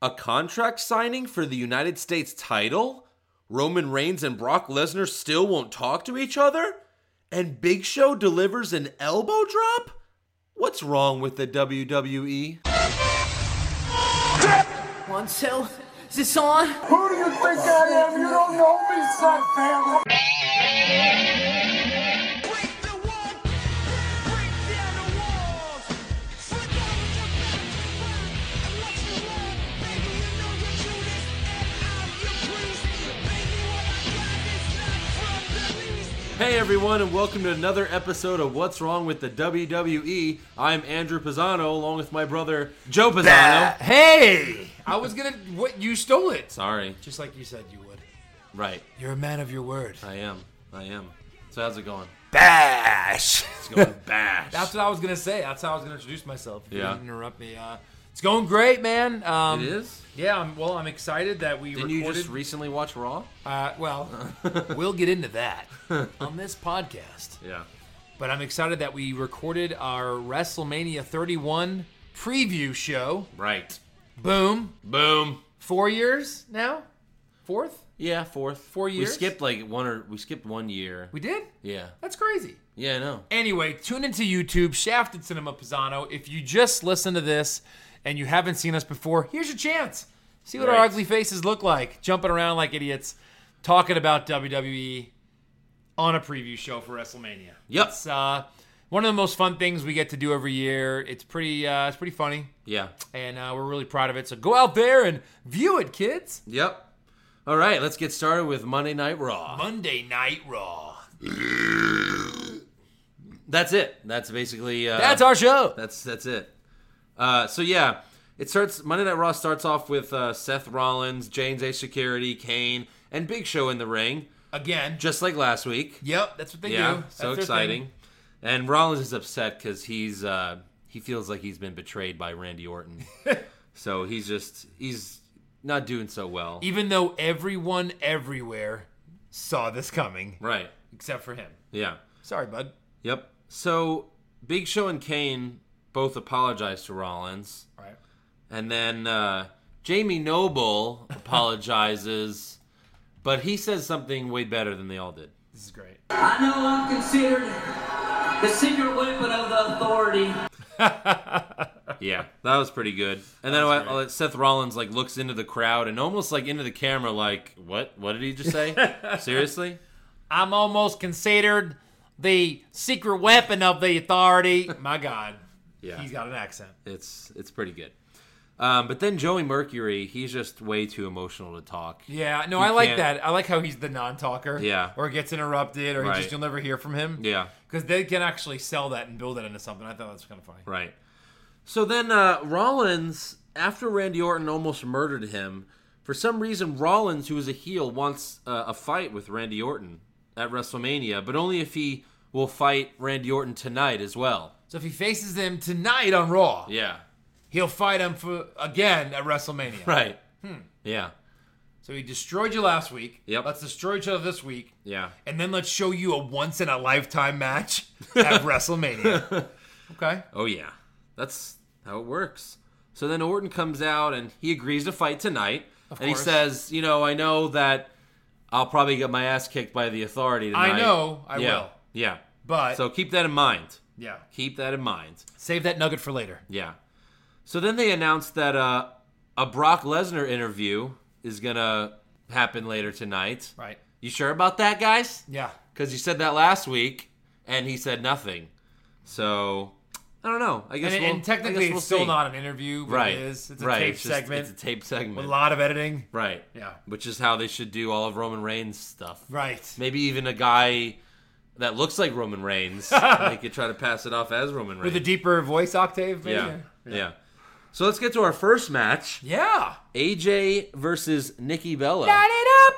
A contract signing for the United States title? Roman Reigns and Brock Lesnar still won't talk to each other? And Big Show delivers an elbow drop? What's wrong with the E? WWE? One cell. Is this on? Who do you think I am? You don't know me, son of a- Break the wall, break down the walls. Find out what matters to find and what you want. Baby, you know your Judas and I'm your priest. Baby, what I got is not from the least. Hey everyone, and welcome to another episode of What's Wrong with the WWE. I'm Andrew Pisano, along with my brother Joe Pisano. Hey! I was gonna. What? You stole it. Sorry, Just like you said you would. right? You're a man of your word. I am. I am. So how's it going? Bash! It's going bash. That's what I was gonna say. That's how I was gonna introduce myself. If You Yeah. didn't interrupt me. Uh, it's going great, man. Um, it is. Yeah. I'm, well, I'm excited that we Didn't you recorded. just recently watch Raw? uh, well, we'll get into that on this podcast. Yeah. But I'm excited that we recorded our WrestleMania 31 preview show. Right. Boom. Boom. Four years now. Fourth. Yeah, fourth. Four years? We skipped like one or we skipped one year. We did. yeah. That's crazy. Yeah, I know. Anyway, tune into YouTube, Shafted Cinema Pisano. If you just listened to this and you haven't seen us before, here's your chance. See what our Right. ugly faces look like, jumping around like idiots, talking about WWE on a preview show for WrestleMania. Yep. It's uh, one of the most fun things we get to do every year. It's pretty, uh, it's pretty funny, Yeah. and uh, we're really proud of it. So go out there and view it, kids. Yep. All right, let's get started with Monday Night Raw. Monday Night Raw. That's it. That's basically uh, That's our show. That's that's it. Uh, so yeah, it starts. Monday Night Raw starts off with uh, Seth Rollins, James A. Security, Kane, and Big Show in the ring, Again. just like last week. Yep, that's what they yeah, do. That's so their thing. exciting. And Rollins is upset because he's uh, he feels like he's been betrayed by Randy Orton. so he's just he's not doing so well. even though everyone everywhere saw this coming, right. except for him. Yeah. Sorry, bud. Yep. So Big Show and Kane both apologize to Rollins. All right. And then uh, Jamie Noble apologizes, but he says something way better than they all did. This is great. I know I'm considered the secret weapon of the authority. Yeah, that was pretty good. And then I, I- Seth Rollins like looks into the crowd and almost like into the camera, like, "What? What did he just say? Seriously?" I'm almost considered the secret weapon of the authority. My God. Yeah. He's got an accent. It's it's pretty good. Um, but then Joey Mercury, he's just way too emotional to talk. Yeah, no, I like can't- that. I like how he's the non talker. Yeah. Or gets interrupted, or he Right. just you'll never hear from him. Yeah. Because they can actually sell that and build that into something. I thought that was kind of funny. Right. So then uh, Rollins, after Randy Orton almost murdered him, for some reason Rollins, who is a heel, wants uh, a fight with Randy Orton at WrestleMania, but only if he will fight Randy Orton tonight as well. So if he faces them tonight on Raw, Yeah. he'll fight him for again at WrestleMania. Right. Hmm. Yeah. So he destroyed you last week. Yep. Let's destroy each other this week. Yeah. And then let's show you a once in a lifetime match at WrestleMania. Okay. Oh yeah. That's how it works. So then Orton comes out and he agrees to fight tonight. and course. he says, you know, I know that I'll probably get my ass kicked by the authority tonight. I know I yeah. will. Yeah. But So keep that in mind. yeah. Keep that in mind. Save that nugget for later. Yeah. So then they announced that uh, a Brock Lesnar interview is gonna happen later tonight. Right. You sure about that, guys? Yeah. Because you said that last week, and he said nothing. So I don't know. I guess And, we'll, and technically I guess we'll it's still see. not an interview, but right. it is. It's a right. tape it's just- segment. It's a tape segment. with a lot of editing. Right. Yeah. Which is how they should do all of Roman Reigns stuff. Right. Maybe even a guy that looks like Roman Reigns. they could try to pass it off as Roman Reigns. With a deeper voice octave, maybe. Yeah. yeah. So let's get to our first match Yeah. AJ versus Nikki Bella. it up.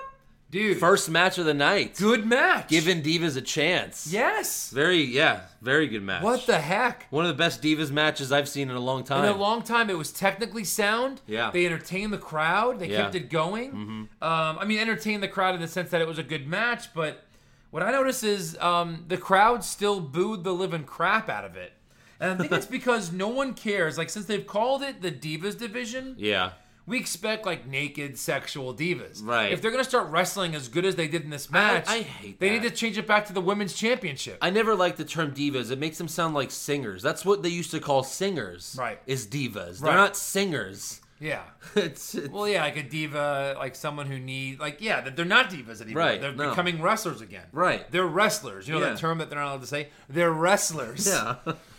Dude. First match of the night. good match. Giving Divas a chance. Yes. Very, yeah, very good match. What the heck? One of the best Divas matches I've seen in a long time. In a long time, it was technically sound. Yeah. They entertained the crowd. They Yeah. Mm-hmm. kept it going. Um, I mean, entertained the crowd in the sense that it was a good match, but what I noticed is um, the crowd still booed the living crap out of it. And I think it's because no one cares. Like, since they've called it the Divas division, yeah. we expect like naked sexual divas. Right. If they're gonna start wrestling as good as they did in this match, I hate They that. need to change it back to the women's championship. I never liked the term divas. It makes them sound like singers. That's what they used to call singers. Right. Is divas. Right. They're not singers. yeah. it's, it's Well, yeah, like a diva, like someone who need, like, yeah, that they're not divas anymore. Right, They're no. becoming wrestlers again. Right. They're wrestlers. You know Yeah. that term that they're not allowed to say. They're wrestlers. yeah.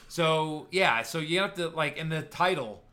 So yeah, so you have to like in the title.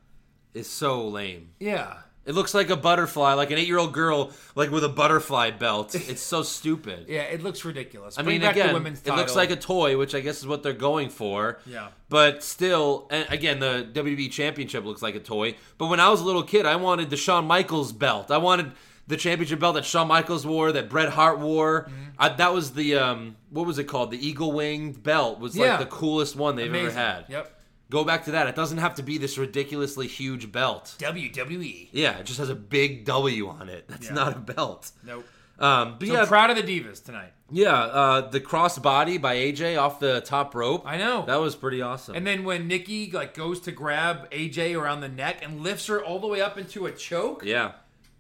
it's so lame. Yeah. It looks like a butterfly, like an eight-year-old girl, like with a butterfly belt. It's so stupid. Yeah, it looks ridiculous. I Bring mean, back the again, women's it looks title. like a toy, which I guess is what they're going for. Yeah. But still, and again, the WWE Championship looks like a toy. But when I was a little kid, I wanted the Shawn Michaels belt. I wanted the championship belt that Shawn Michaels wore, that Bret Hart wore. Mm-hmm. I, that was the um, what was it called? The eagle winged belt was Yeah. like the coolest one they've ever Amazing. had. Yep. Go back to that. It doesn't have to be this ridiculously huge belt. WWE. Yeah, it just has a big W on it. That's Yeah. not a belt. Nope. Um, but So yeah, proud of the divas tonight. yeah, uh, the crossbody by AJ off the top rope. I know. That was pretty awesome. and then when Nikki like goes to grab AJ around the neck and lifts her all the way up into a choke, yeah.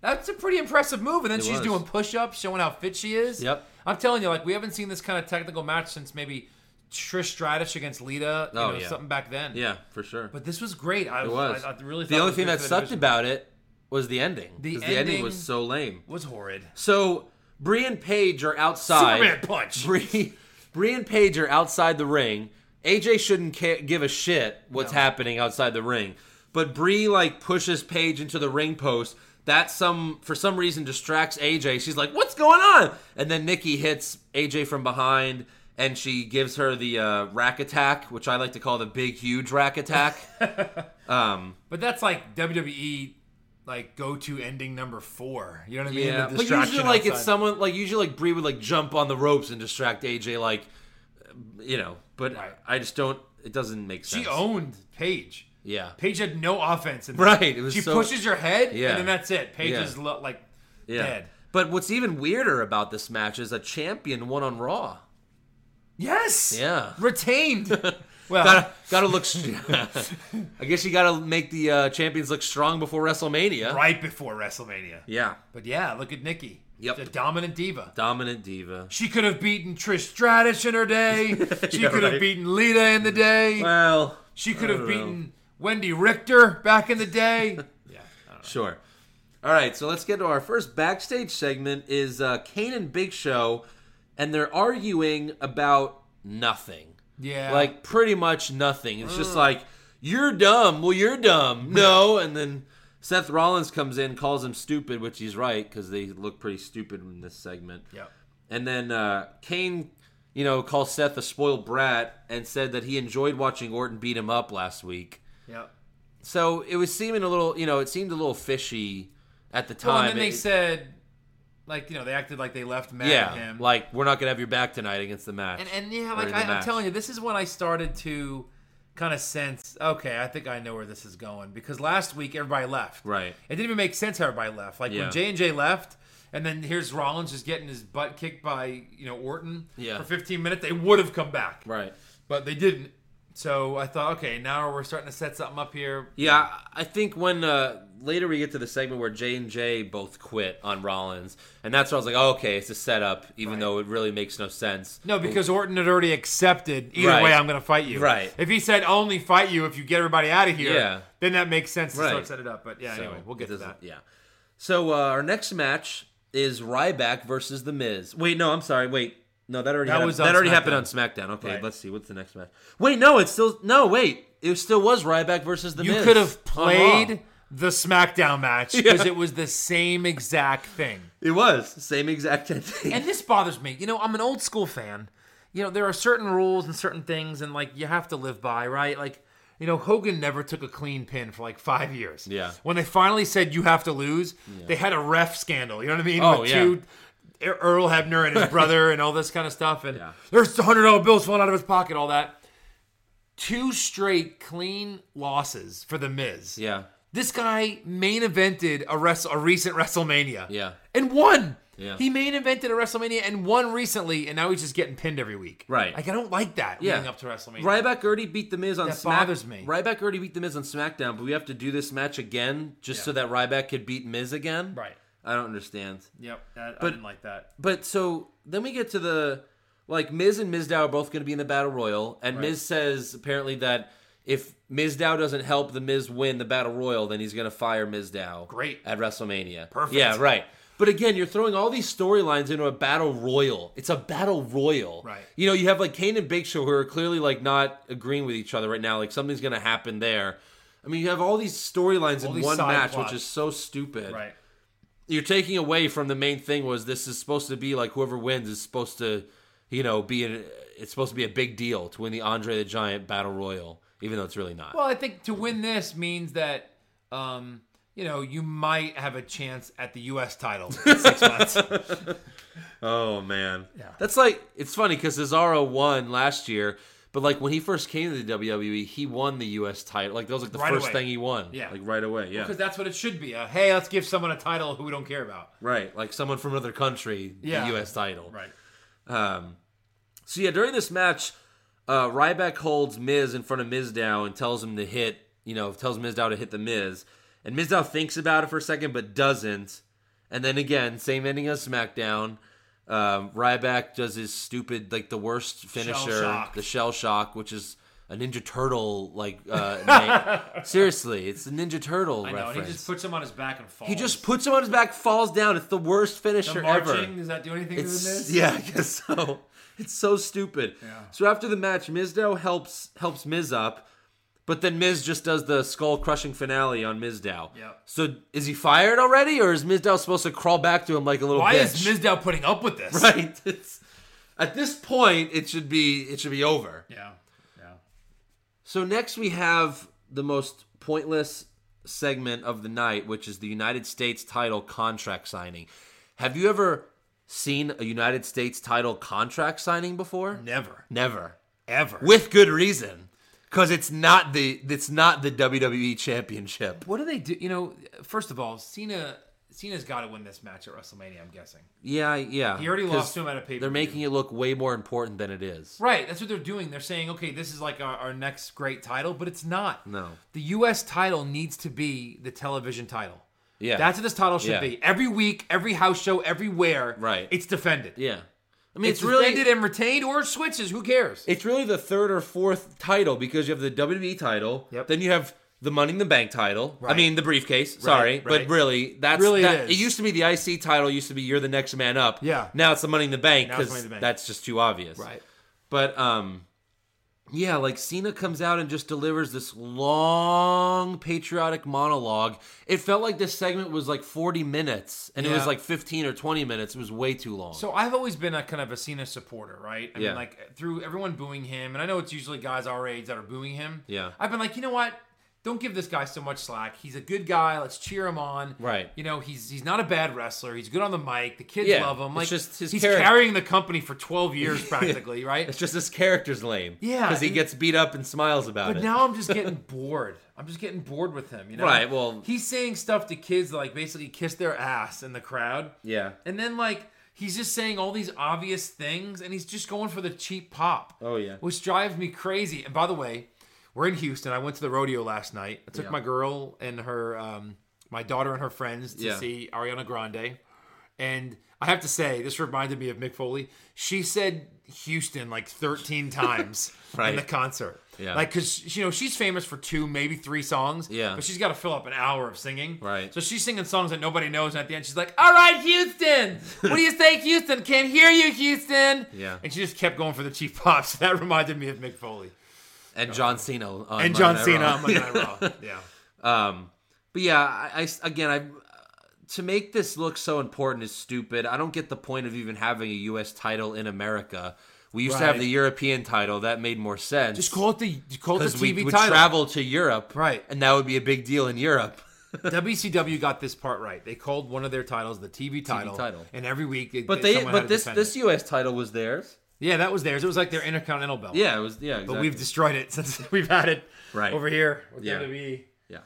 that's a pretty impressive move. And then It she's was. doing push-ups, showing how fit she is. Yep. I'm telling you, like we haven't seen this kind of technical match since maybe Trish Stratus against Lita. You Oh, know, yeah. Something back then. Yeah, for sure. But this was great. I it was. I, I really. the thought it only was thing good that for the sucked division. about it was the ending. The 'cause the ending ending- was so lame. was horrid. So Bree and Paige are outside. Superman punch. Bree, Bree and Paige are outside the ring. AJ shouldn't ca- give a shit what's No. happening outside the ring, but Bree like pushes Paige into the ring post. That some for some reason distracts AJ. She's like, "What's going on?" And then Nikki hits AJ from behind, and she gives her the uh, rack attack, which I like to call the big huge rack attack. But that's like WWE like go to ending number four. You know what I mean? The but distraction usually like it's outside. someone like usually like Bree would like jump on the ropes and distract AJ, like you know. But Right. I just don't. It doesn't make sense. she owned Paige. Yeah. Paige had no offense in that. Right, it was she so- pushes your head Yeah. and then that's it. Paige Yeah. is lo- like dead. But what's even weirder about this match is a champion won on Raw. Yes. Yeah. Retained. well Gotta, gotta look. st- I guess you gotta make the uh, champions look strong before WrestleMania. right before WrestleMania. Yeah. But yeah, look at Nikki. Yep. The dominant diva. Dominant diva. She could have beaten Trish Stratus in her day. She Yeah, could have right. beaten Lita in the day. Well, she could have don't know. beaten Wendy Richter back in the day. yeah. sure. All right, so let's get to our first backstage segment. Is uh, Kane and Big Show, and they're arguing about nothing. Yeah. Mm. Like pretty much nothing. It's just like you're dumb. Well, you're dumb. No, and then Seth Rollins comes in, calls him stupid, which he's right because they look pretty stupid in this segment. Yep. And then uh, Kane, you know, calls Seth a spoiled brat and said that he enjoyed watching Orton beat him up last week. Yep. Oh, So it was seeming a little, you know, it seemed a little fishy at the time. Well, and then they It- said, like you know, they acted like they left mad yeah, at him. like we're not gonna have your back tonight against the match. and and yeah, or like in the I, I'm match. telling you, this is when I started to kind of sense. Okay, I think I know where this is going because last week everybody left. Right. It didn't even make sense how everybody left. Like Yeah. when J and J left. And then here's Rollins just getting his butt kicked by you know Orton Yeah. for 15 minutes. They would have come back, right. but they didn't. So I thought, okay, now we're starting to set something up here. Yeah, I think when uh, later we get to the segment where J and J both quit on Rollins, and that's where I was like, oh, okay, it's a setup, even Right. though it really makes no sense. No, because Orton had already accepted. Either Right. way, I'm going to fight you. Right. If he said only fight you if you get everybody out of here, Yeah. then that makes sense to Right. start set it up. But yeah, So anyway, we'll it get to that. doesn't- Yeah. So uh, our next match is Ryback versus The Miz. Wait, no, I'm sorry. Wait, no, that already That had- was on that already SmackDown. happened on SmackDown. Okay, Right. let's see what's the next match. Wait, no, it's still no. Wait, it still was Ryback versus The You Miz. Uh-huh. could have on Raw. played the SmackDown match because it was the same exact thing. It was same exact thing. And this bothers me. You know, I'm an old school fan. You know, there are certain rules and certain things, and like you have to live by, right? Like, you know, Hogan never took a clean pin for like five years. Yeah. When they finally said you have to lose, they had a ref scandal. You know what I mean? Oh, With yeah. two Er- Earl Hebner and his brother and all this kind of stuff, and Yeah. there's the hundred dollar bills falling out of his pocket, all that. Two straight clean losses for the Miz. yeah, This guy main evented a, wrest- a recent WrestleMania. Yeah. And won. Yeah. He main evented a WrestleMania and won recently, and now he's just getting pinned every week. Right. Like I don't like that. Yeah. Leading up to WrestleMania. Ryback already beat the Miz on That SmackDown. bothers me. Ryback already beat the Miz on SmackDown, but we have to do this match again just so that Ryback could beat Miz again. Right. I don't understand. Yep. That, I But- didn't like that. But so then we get to the like Miz and Mizdow are both going to be in the battle royal, and Miz says apparently that if Mizdow doesn't help the Miz win the battle royal, then he's going to fire Mizdow. Great. at WrestleMania. Perfect. Yeah, right. But again, you're throwing all these storylines into a battle royal. It's a battle royal. Right. You know, you have like Kane and Big Show who are clearly like not agreeing with each other right now. Like something's going to happen there. I mean, you have all these storylines All in these one side match, plots. which is so stupid Right. you're taking away from the main thing was this is supposed to be like whoever wins is supposed to you know be an, it's supposed to be a big deal to win the Andre the Giant Battle Royal even though it's really not. Well, I think to win this means that um, you know you might have a chance at the U.S. title in six months. oh man. That's like it's funny cuz Cesaro won last year but like when he first came to the WWE he won the US title. Like that was like the Right first away. thing he won. Yeah. Like right away. Yeah. Because that's what it should be. Uh, hey, let's give someone a title who we don't care about. right. Like someone from another country Yeah. the US title. Um, so yeah, during this match, uh, Ryback holds Miz in front of Mizdow and tells him to hit, you know, tells Mizdow to hit the Miz, and Mizdow thinks about it for a second but doesn't, and then again, same ending as SmackDown. Um, Ryback does his stupid, like the worst finisher, shock. the shell shock, which is a Ninja Turtle like. Uh, name. Seriously, it's a Ninja Turtle I know. reference. And he just puts him on his back and falls. puts him on his back, falls down. It's the worst the finisher marching. ever. Does that do anything to the It's- Miz? Yeah, I guess so. It's so stupid. So after the match, Mizdow helps helps Miz up, but then Miz just does the skull crushing finale on Mizdow. Yep. So is he fired already, or is Mizdow supposed to crawl back to him like a little Why bitch? is Mizdow putting up with this? right? It's, at this point, it should be it should be over. Yeah. Yeah. So next we have the most pointless segment of the night, which is the United States title contract signing. Have you ever seen a United States title contract signing before? Never. Never. Ever. With good reason. Cause it's not the it's not the WWE championship. what do they do? You know, first of all, Cena Cena's got to win this match at WrestleMania. I'm guessing. Yeah, I- yeah. He already 'Cause lost to him at a pay-per-view. They're making it look way more important than it is. Right, that's what they're doing. They're saying, okay, this is like our, our next great title, but it's not. No. The U.S. title needs to be the television title. Yeah. That's what this title should Yeah. be. Every week, every house show, everywhere, Right. it's defended. yeah. I mean It's, it's, really defended and retained or switches. Who cares? it's really the third or fourth title because you have the WWE title, Yep. then you have the Money in the Bank title. I Right. mean the briefcase. sorry, right. but really that's Really it that, is. used to be the IC title. Used to be you're the next man up. Yeah. Now it's the Money in the Bank Now because it's Money in the Bank. that's just too obvious. But um yeah, like Cena comes out and just delivers this long patriotic monologue. It felt like this segment was like 40 minutes and it was Yeah. like 15 or 20 minutes. It was way too long. So I've always been a kind of a Cena supporter, right? I Yeah. mean, like through everyone booing him, and I know it's usually guys our age that are booing him. Yeah. I've been like, you know what? Don't give this guy so much slack. He's a good guy. Let's cheer him on. Right. You know, he's he's not a bad wrestler. He's good on the mic. The kids Yeah, love him. it's Like just his he's character. carrying the company for twelve years practically, right? it's just his character's lame. Yeah, Cuz he and- gets beat up and smiles about But it. now I'm just getting bored. I'm just getting bored with him. You know, Right, well- he's saying stuff to kids that, like basically kiss their ass in the crowd. Yeah. and then like he's just saying all these obvious things, and he's just going for the cheap pop. Oh, yeah. which drives me crazy. And by the way, we're in Houston. I went to the rodeo last night. I took Yeah. my girl and her, um, my daughter and her friends to Yeah. see Ariana Grande. And I have to say, this reminded me of Mick Foley. She said Houston like 13 times in Right. the concert. Yeah. Like, because, you know, she's famous for two, maybe three songs. Yeah. But she's got to fill up an hour of singing. Right. So she's singing songs that nobody knows. And at the end, she's like, All right, Houston. What do you say, Houston? Can't hear you, Houston. Yeah. And she just kept going for the cheap pops. That reminded me of Mick Foley and John Cena on and Monday John Night Cena Raw. on Monday Night Raw. Yeah. Um, but yeah, I, I- again, I to make this look so important is stupid. I don't get the point of even having a U.S. title in America. We used to have Right. the European title that made more sense. Just call it the, call it the because TV we would title. travel to Europe, Right. And that would be a big deal in Europe. WCW got this part right. They called one of their titles the TV title, title. and every week, it, But they, someone had but to this defend this it. U.S. title was theirs. yeah, that was theirs. It was like their Intercontinental belt. Yeah, it was. Yeah, but exactly. we've destroyed it since we've had it Right. over here with Yeah. WWE. yeah.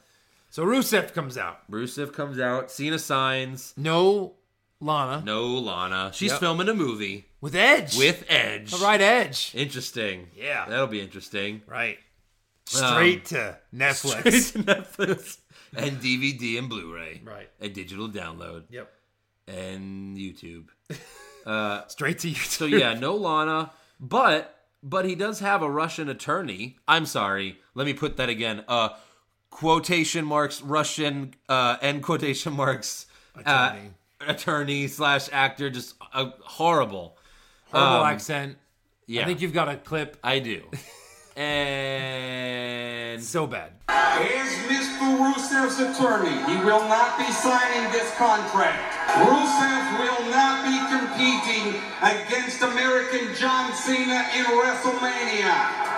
So Rusev comes out. Rusev comes out. Cena signs. No Lana No, Lana. She's Yep. filming a movie with Edge. with Edge. the right Edge. Interesting. Yeah. That'll be interesting. Right. Straight Um, to Netflix. Netflix. and DVD and Blu ray. Right. And digital download. Yep. And YouTube. Straight to YouTube. So yeah, no Lana, but but he does have a Russian attorney. I'm sorry. Let me put that again. Uh quotation marks Russian uh end quotation marks uh, Attorney. attorney slash actor just uh, horrible. Horrible Um, accent. Yeah. I think you've got a clip. I do. and So bad. As Mr. Rusev's attorney, he will not be signing this contract. Rusev will not be competing against American John Cena in WrestleMania.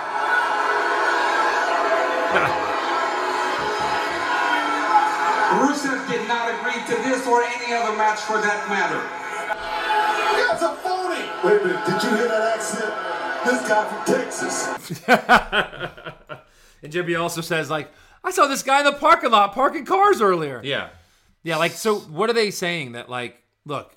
Rusev did not agree to this or any other match for that matter. That's a phony! Wait a minute, did you hear that accent? This guy from Texas. And Jimmy also says like, I saw this guy in the parking lot parking cars earlier. yeah. Yeah, like so what are they saying that like look,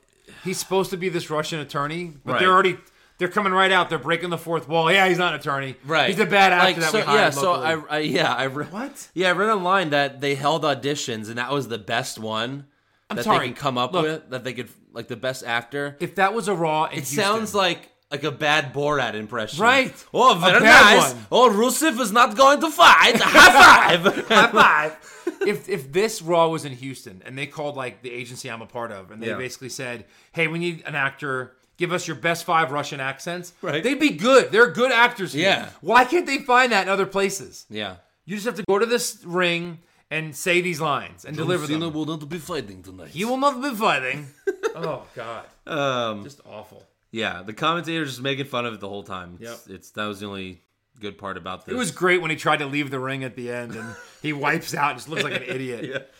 he's supposed to be this Russian attorney, but they're Right. already they're coming right out. They're breaking the fourth wall. Yeah, he's not an attorney. Right. He's a bad actor Like, that so, we hired Yeah, so I, locally. I yeah, I re- What? Yeah, I read online that they held auditions and that was the best one that sorry. they can come up Look. with that they could like the best actor. if that was a raw in It sounds like like a bad Borat impression. Right. Oh, A very bad nice. one. Oh, Rusev is not going to fight. High five. high five. if if this Raw was in Houston and they called like the agency I'm a part of and they Yeah. basically said, "Hey, we need an actor. Give us your best five Russian accents." Right. They'd be good. They're good actors. here. Yeah. Why can't they find that in other places? Yeah. You just have to go to this ring and say these lines and deliver Cena them. will not be fighting tonight. You will not be fighting. oh God. Um. Just awful. yeah, the commentators just making fun of it the whole time. It's, Yep. it's that was the only good part about this. It was great when he tried to leave the ring at the end and he wipes out and just looks like an idiot.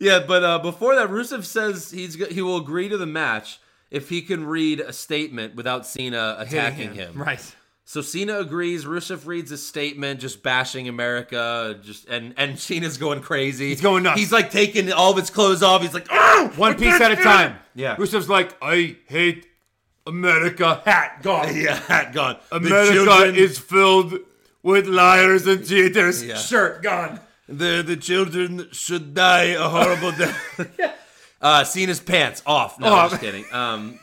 Yeah, but uh, before that, Rusev says he's go- he will agree to the match if he can read a statement without Cena attacking Hitting him. Right. So Cena agrees. Rusev reads a statement, just bashing America, just and and Cena's going crazy. He's going nuts. He's like taking all of his clothes off. He's like, oh, One piece at a time. Yeah. Rusev's like, I hate America. Hat gone. yeah, hat gone. The America children- is filled with liars and cheaters. Yeah. Shirt gone. the the children should die a horrible death. Uh, Cena's pants off. No, I'm Off. just kidding. Um,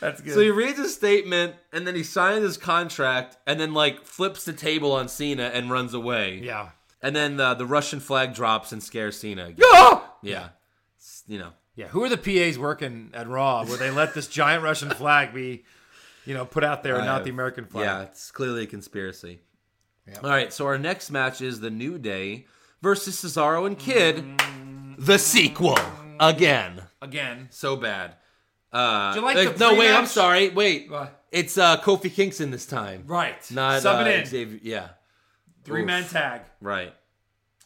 That's good. So he reads his statement and then he signs his contract and then like flips the table on Cena and runs away. yeah. And then uh, the Russian flag drops and scares Cena again. Yeah. It's, you know. Yeah. Who are the PAs working at Raw where they let this giant Russian flag be, you know, put out there and not the American Uh, Yeah, flag? it's clearly a conspiracy. All right, so our next match is The New Day versus Cesaro and Kid. The sequel. Again. Again. So bad. Uh, Do you like like- the no, wait, I'm pre-match? sorry. Wait. What? It's uh, Kofi Kingston this time. Right. Not Sub uh, it in. Xavier. Yeah. Three man tag. Right.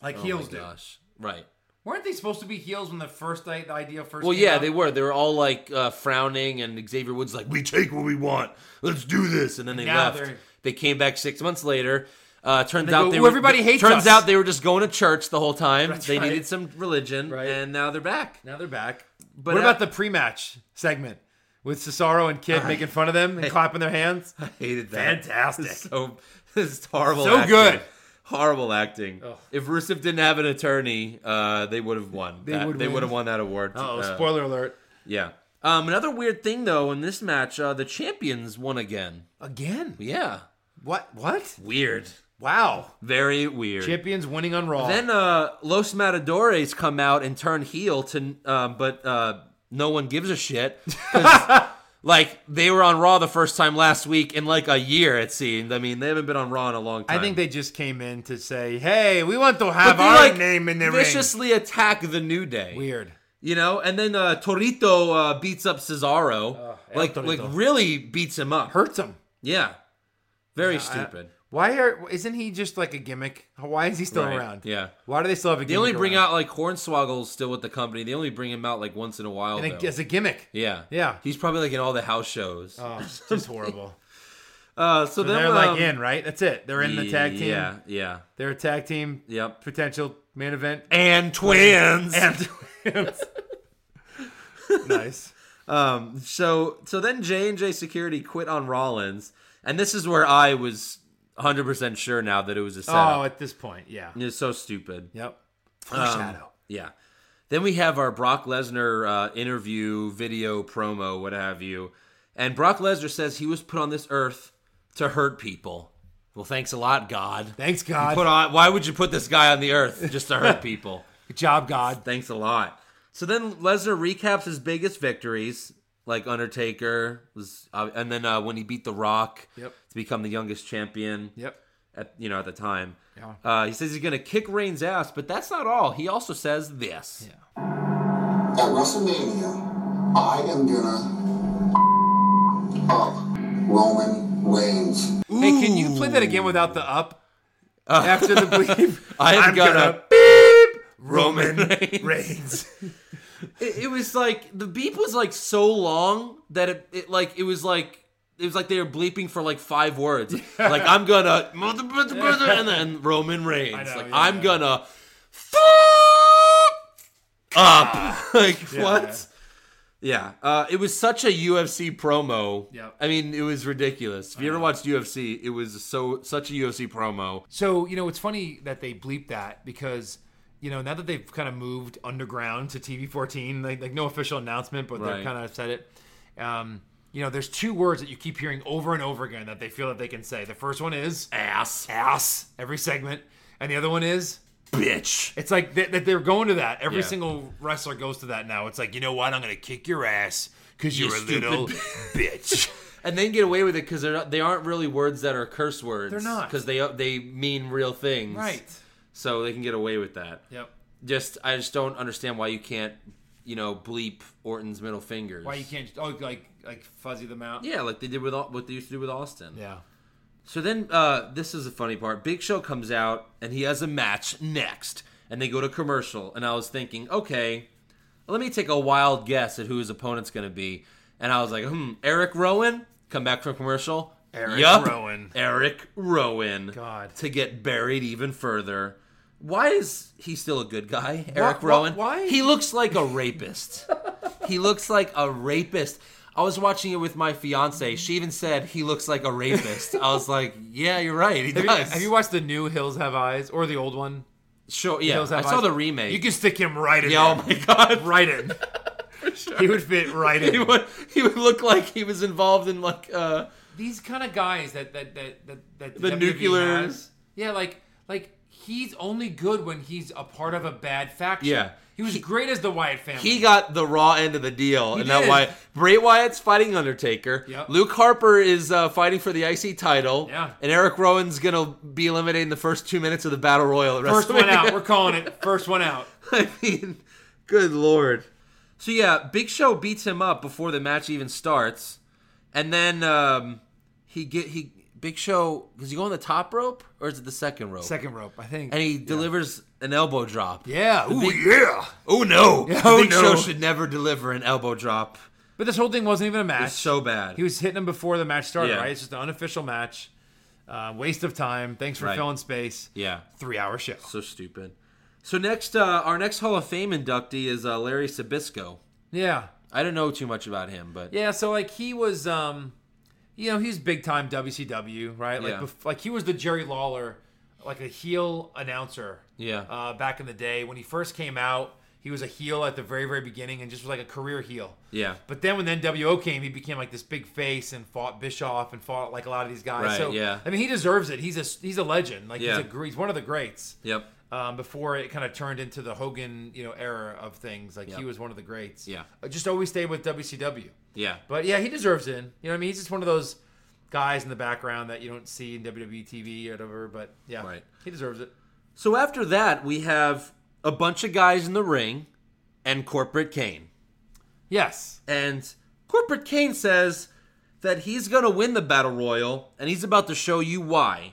Like Oh my heels do. gosh. Right. Weren't they supposed to be heels when the first i- the idea first Well, came yeah, out? they were. They were all like uh, frowning, and Xavier Woods like, "We take what we want. Let's do this." And then they now left. they're- They came back six months later. Uh, turns they out go, they "Ooh, were. everybody hates turns us." out they were just going to church the whole time. That's they right. needed some religion, Right. and now they're back. Now they're back. But uh, what I- about the pre-match segment with Cesaro and Kid making fun of them and clapping their hands? I hated Uh-huh. that. Fantastic. So this is horrible. So acting. good. Oh. Horrible acting. If Rusev didn't have an attorney, uh, they would have won. They, would they win. would have won that award. Oh, Uh, spoiler alert! Yeah. Um, another weird thing though in this match, uh, the champions won again. Again? Yeah. What? What? Weird. Wow! Very weird. Champions winning on Raw. Then uh, Los Matadores come out and turn heel to, um, but uh, no one gives a shit. 'Cause, like they were on Raw the first time last week in like a year. It seemed. I mean, they haven't been on Raw in a long time. I think they just came in to say, "Hey, we want to But have they, our like, name in the ring." viciously attack the New Day. Weird. You know, and then uh, Torito uh, beats up Cesaro, El like Torito. like really beats him up. Hurts him. Yeah, very stupid. Why are? Isn't he just like a gimmick? Why is he still Right, around? yeah. Why do they still have a? gimmick They only bring around? out like Hornswoggle's still with the company. They only bring him out like once in a while. And though. a- as a gimmick. Yeah. Yeah. He's probably like in all the house shows. Oh, it's just horrible. Uh, so, then, They're like um, in, right? That's it. They're in the tag team. Yeah, yeah. They're a tag team. Yep. Potential main event. And twins. And twins. nice. Um, so so then J and J Security quit on Rollins, and this is where I was 100 percent sure now that it was a Oh, setup. at this point, yeah. it's so stupid. Yep. Um, Foreshadow. Yeah. Then we have our Brock Lesnar uh, interview, video, promo, what have you. And Brock Lesnar says he was put on this earth to hurt people. Well, thanks a lot, God. Thanks, You God. put on, why would you put this guy on the earth just to hurt people? Good job, God. Thanks a lot. So then Lesnar recaps his biggest victories, like Undertaker, was, uh, and then uh, when he beat The Rock Yep. to become the youngest champion. Yep. At you know at the time, Yeah. uh, he says he's going to kick Reigns' ass, but that's not all. He also says this. At WrestleMania, I am gonna up Roman Reigns. Hey, can you play that again without the up? After the bleep, I am I'm gonna beep Roman Reigns. it, it was like the beep was like so long that it, it like it was like it was like they were bleeping for like five words. Like I'm gonna mother brother brother and then Roman Reigns. know, like yeah, I'm yeah. gonna fuck up. like what? Yeah, Uh, it was such a UFC promo. Yep. I mean, it was ridiculous. If you ever watched UFC, it was so such a UFC promo. So you know, it's funny that they bleep that because you know now that they've kind of moved underground to TV fourteen, like, like no official announcement, but Right. they've kind of said it. Um, you know, there's two words that you keep hearing over and over again that they feel that they can say. The first one is Ass, ass every segment, and the other one is bitch. It's like that they, they're going to that. Every Yeah. single wrestler goes to that now. It's like, you know what? I'm going to kick your ass because You you're a stupid little bitch. and then get away with it because they're not, they aren't really words that are curse words. They're not. because they they mean real things, So they can get away with that. Yep. Just I just don't understand why you can't, you know, bleep Orton's middle fingers. Why you can't? Oh, like like fuzzy them out. Yeah, like they did with Au- what they used to do with Austin. Yeah. So then uh, this is the funny part. Big Show comes out and he has a match next, and they go to commercial. And I was thinking, okay, let me take a wild guess at who his opponent's going to be. And I was like, hmm, Eric Rowan. Come back from commercial. Eric Rowan. Eric Rowan. God. To get buried even further. Why is he still a good guy, Eric why- Rowan? why- He looks like a rapist. he looks like a rapist. I was watching it with my fiance. She even said he looks like a rapist. I was like, yeah, you're right. He Have you, does. have you watched the new Hills Have Eyes or the old one? Sure, yeah. Hills I Have saw Eyes? the remake. You can stick him right in. yeah, oh there. my god. right in. He would fit right in. He would, he would look like he was involved in like uh these kind of guys that that that that, that The WWE nuclear- has. yeah, like like he's only good when he's a part of a bad faction. Yeah. he was great as the Wyatt family. he got the raw end of the deal, and that did. why Bray Wyatt's fighting Undertaker. Yep. Luke Harper is uh, fighting for the IC title. Yeah. and Eric Rowan's gonna be eliminated in the first two minutes of the Battle Royal. At first one WrestleMania. out. We're calling it first one out. I mean, good lord. So yeah, Big Show beats him up before the match even starts, and then um, he get he Big Show does he go on the top rope or is it the second rope? Second rope, I think. And he delivers an elbow drop. yeah, ooh, big- yeah. Oh no! oh, Big no. Show should never deliver an elbow drop. But this whole thing wasn't even a match. It's so bad. he was hitting him before the match started. Yeah. Right, it's just an unofficial match. Uh, waste of time. Thanks for Right. filling space. yeah, Three hour show. so stupid. So next, uh, our next Hall of Fame inductee is uh, Larry Sabisco. Yeah. I don't know too much about him, but Yeah, so like he was, um, you know, he's big time WCW, right? Like, Yeah. bef- like he was the Jerry Lawler, like a heel announcer. Yeah. Uh, back in the day when he first came out, he was a heel at the very very beginning and just was like a career heel. Yeah. But then when the NWO came, he became like this big face and fought Bischoff and fought like a lot of these guys. Right, so yeah. I mean, he deserves it. He's a he's a legend. Like Yeah. he's a gr- he's one of the greats. yep, Um, before it kind of turned into the Hogan, you know, era of things, like Yep. he was one of the greats. Yeah. Uh, just always stayed with WCW. yeah, But yeah, he deserves it. You know what I mean? He's just one of those guys in the background that you don't see in WWE TV or whatever. But yeah, Right. he deserves it. So after that, we have a bunch of guys in the ring and Corporate Kane. Yes. And Corporate Kane says that he's going to win the Battle Royal and he's about to show you why.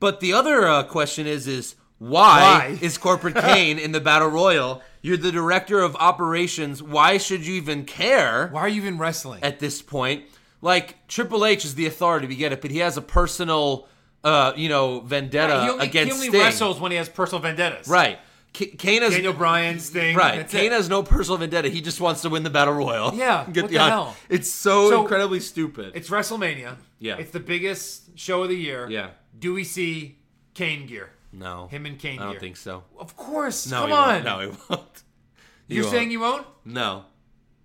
But the other uh, question is is why, Why? is Corporate Kane in the Battle Royal? You're the director of operations. Why should you even care? Why are you even wrestling? at this point. Like Triple H is the authority, we get it, but he has a personal, uh, you know, vendetta he only, against he only Sting. wrestles when he has personal vendettas. Right. K- Kane has Daniel Bryan Sting. right. that's Kane it. has no personal vendetta. He just wants to win the battle royal. Yeah, what the hon- hell? It's so, So- incredibly stupid. It's WrestleMania. Yeah. It's the biggest show of the year. yeah. Do we see Kane gear? No. Him and Kane I don't gear. think so. Of course. No, Come he on. Won't. No, he won't. He You're won't. saying you won't? no.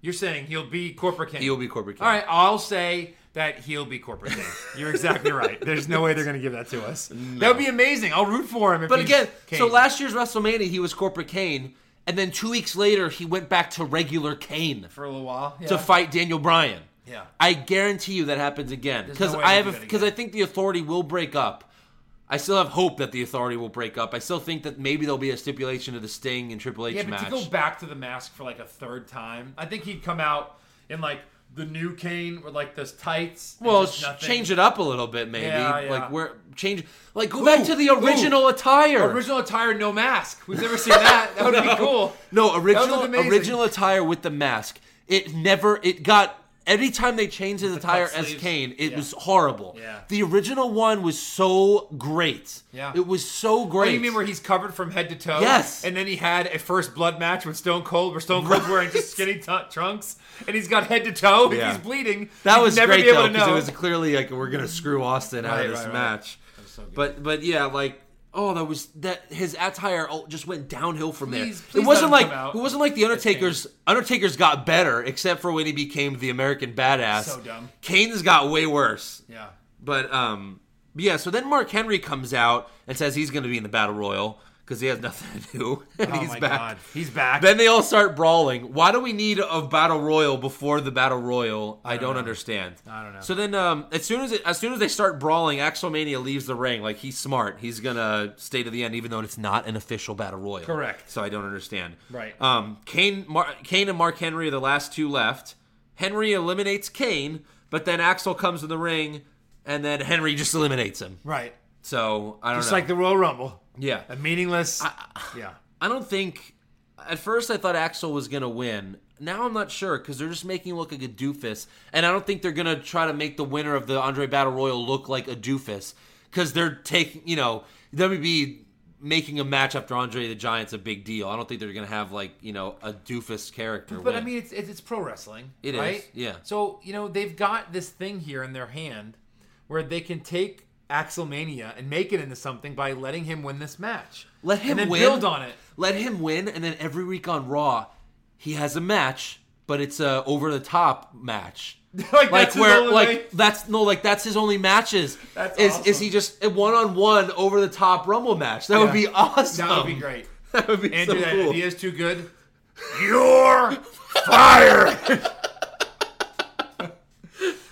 You're saying he'll be corporate Kane. He will be corporate. Kane. All right, I'll say that he'll be corporate Kane. You're exactly right. There's no way they're going to give that to us. That would be amazing. I'll root for him. If But he's again, Kane. so last year's WrestleMania, he was corporate Kane, and then two weeks later, he went back to regular Kane for a little while. Yeah. to fight Daniel Bryan. Yeah. I guarantee you that happens again no because way I they have do a that because I again. think the authority will break up. I still have hope that the authority will break up. I still think that maybe there'll be a stipulation to the Sting and Triple H Yeah, but match. to go back to the mask for like a third time, I think he'd come out in like the new Kane with like those tights. and well, just sh- nothing. change it up a little bit, maybe. Yeah, yeah. Like where change, like go back Ooh, to the ooh. original attire. Original attire, no mask. We've never seen that. That would be cool. No, original look amazing. original attire with the mask. It never it got anytime they changed his the attire cut as sleeves. Kane, it Yeah. was horrible. Yeah. The original one was so great. Yeah. It was so What great. do you mean where he's covered from head to toe? Yes. And then he had a first blood match with Stone Cold, where Stone Cold's wearing just skinny t- trunks, and he's got head to toe, and Yeah. he's bleeding. that You'd was never great be able though, to because know. it was clearly like we're gonna screw Austin out Right, of this right, right. match. But but yeah, like oh that was that his attire all- just went downhill from Please- there. please it let wasn't him like come out it wasn't like the Undertaker's Undertaker's got better except for when he became the American Badass. So dumb. Kane's got way worse. yeah. But um, yeah. So then Mark Henry comes out and says he's going to be in the battle royal because he has nothing to do, and Oh he's my back. God. He's back. Then they all start brawling. Why do we need a battle royal before the battle royal? I, don't understand. I don't know. So then, um, as soon as it, as soon as they start brawling, Axelmania leaves the ring. Like he's smart. He's gonna stay to the end, even though it's not an official battle royal. Correct. So I don't understand. Right. Um, Kane, Mar- Kane, and Mark Henry are the last two left. Henry eliminates Kane, but then Axel comes in the ring, and then Henry just eliminates him. right. So I don't Just know. like the Royal Rumble. yeah. A meaningless. yeah. I don't think. At first, I thought Axel was gonna win. Now I'm not sure because they're just making him look like a doofus, and I don't think they're gonna try to make the winner of the Andre Battle Royal look like a doofus because they're taking, you know, WB making a match after Andre the Giant's a big deal. I don't think they're gonna have like you know a doofus character. But I win. mean, it's it's, it's pro wrestling. It It is, is, yeah. So you know they've got this thing here in their hand where they can take Axelmania and make it into something by letting him win this match. let him and then win. build on it. Let him win, and then every week on Raw, he has a match, but it's a over the top match. like like that's his where only like way. that's no like that's his only matches. That's is is awesome. he just a one on one over the top Rumble match? That would Yeah. be awesome. that would be great. That would be Andrew, so that cool. idea is too good. You're fired.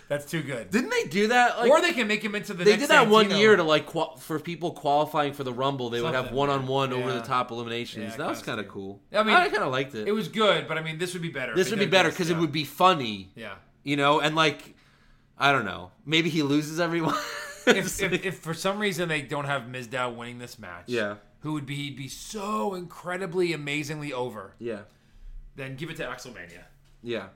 that's too good. Didn't they do that? Like, or they can make him into the. they next did that one Santino. year to like qual- for people qualifying for the Rumble. They would have Something. one on one over Yeah. the top eliminations. Yeah, that was kind kinda of cool. I I mean, mean, I kind of liked it. It was good, but I mean, this would be better. if this they would be did better this, because yeah. it would be funny. Yeah. you know, and like I don't know, maybe he loses everyone. if, if, if for some reason they don't have Mizdow winning this match, Yeah. who would be he'd be so incredibly amazingly over? yeah, Then give it to Axelmania. yeah.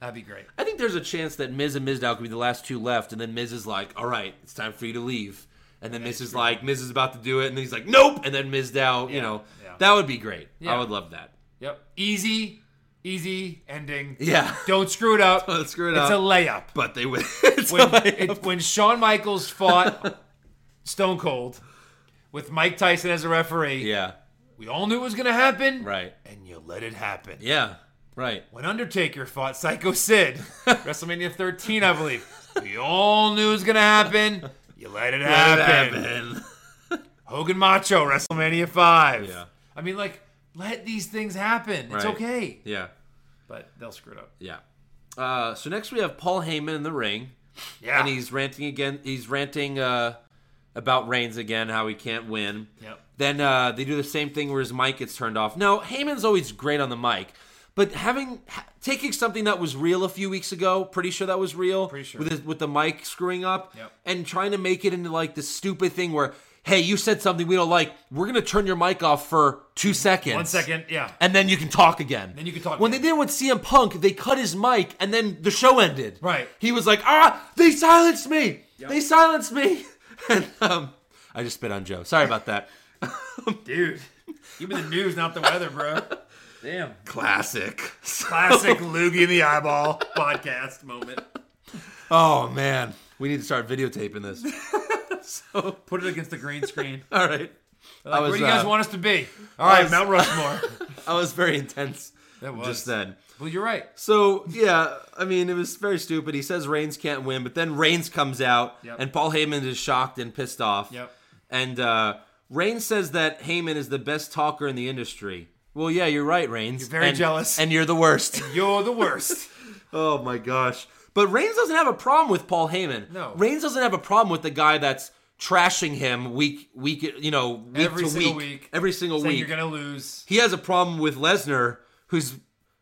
That'd be great. I think there's a chance that Miz and Mizdow could be the last two left, and then Miz is like, "All right, it's time for you to leave," and then Miz is like, "Miz is about to do it," and then he's like, "Nope," and then Mizdow, you Yeah, know, yeah. that would be great. I Yeah. would love that. Yep. Easy, easy ending. Yeah, Don't screw it up. Don't screw it it's up. a layup. but they would. it's When, like- it, when Shawn Michaels fought Stone Cold with Mike Tyson as a referee, yeah, we all knew it was going to happen, right. and you let it happen. Yeah, right. When Undertaker fought Psycho Sid, WrestleMania 13, I believe, we all knew it was going to happen. You let it happen. Happen. Hogan Macho, WrestleMania 5. Yeah. I mean, like, let these things happen. Right. It's okay. Yeah, But they'll screw it up. yeah. Uh, so next we have Paul Heyman in the ring. Yeah. and he's ranting again. He's ranting uh, about Reigns again, how he can't win. Yep. Then uh, they do the same thing where his mic gets turned off. Now Heyman's always great on the mic, but having ha- taking something that was real a few weeks ago, pretty sure that was real, pretty sure. with his, with the mic screwing up, Yep. and trying to make it into like this stupid thing where. Hey, you said something we don't like. We're gonna turn your mic off for two seconds. One second. Yeah. and then you can talk again. Then you can talk When again. they did it with CM Punk, they cut his mic, and then the show ended. Right. He was like, "Ah, they silenced me. They silenced me." And um, I just spit on Joe. Sorry about that. Dude. Give me the news, not the weather, bro. Damn. Classic. Classic loogie in the eyeball podcast moment. Oh man, we need to start videotaping this. so Put it against the green screen. all right, I was Where do you guys uh, want us to be? All I right, was- Mount Rushmore. I was very intense That was. just then. Well, you're right. So yeah, I mean it was very stupid. He says Reigns can't win, but then Reigns comes out, Yep. and Paul Heyman is shocked and pissed off. Yep. And uh, Reigns says that Heyman is the best talker in the industry. Well, yeah, you're right, Reigns. You're very jealous. and you're the worst. You're the worst. oh my gosh! But Reigns doesn't have a problem with Paul Heyman. No. Reigns doesn't have a problem with the guy that's trashing him week, week, you know, week Every to single week, week. every single Saying week. you're gonna lose. he has a problem with Lesnar, who's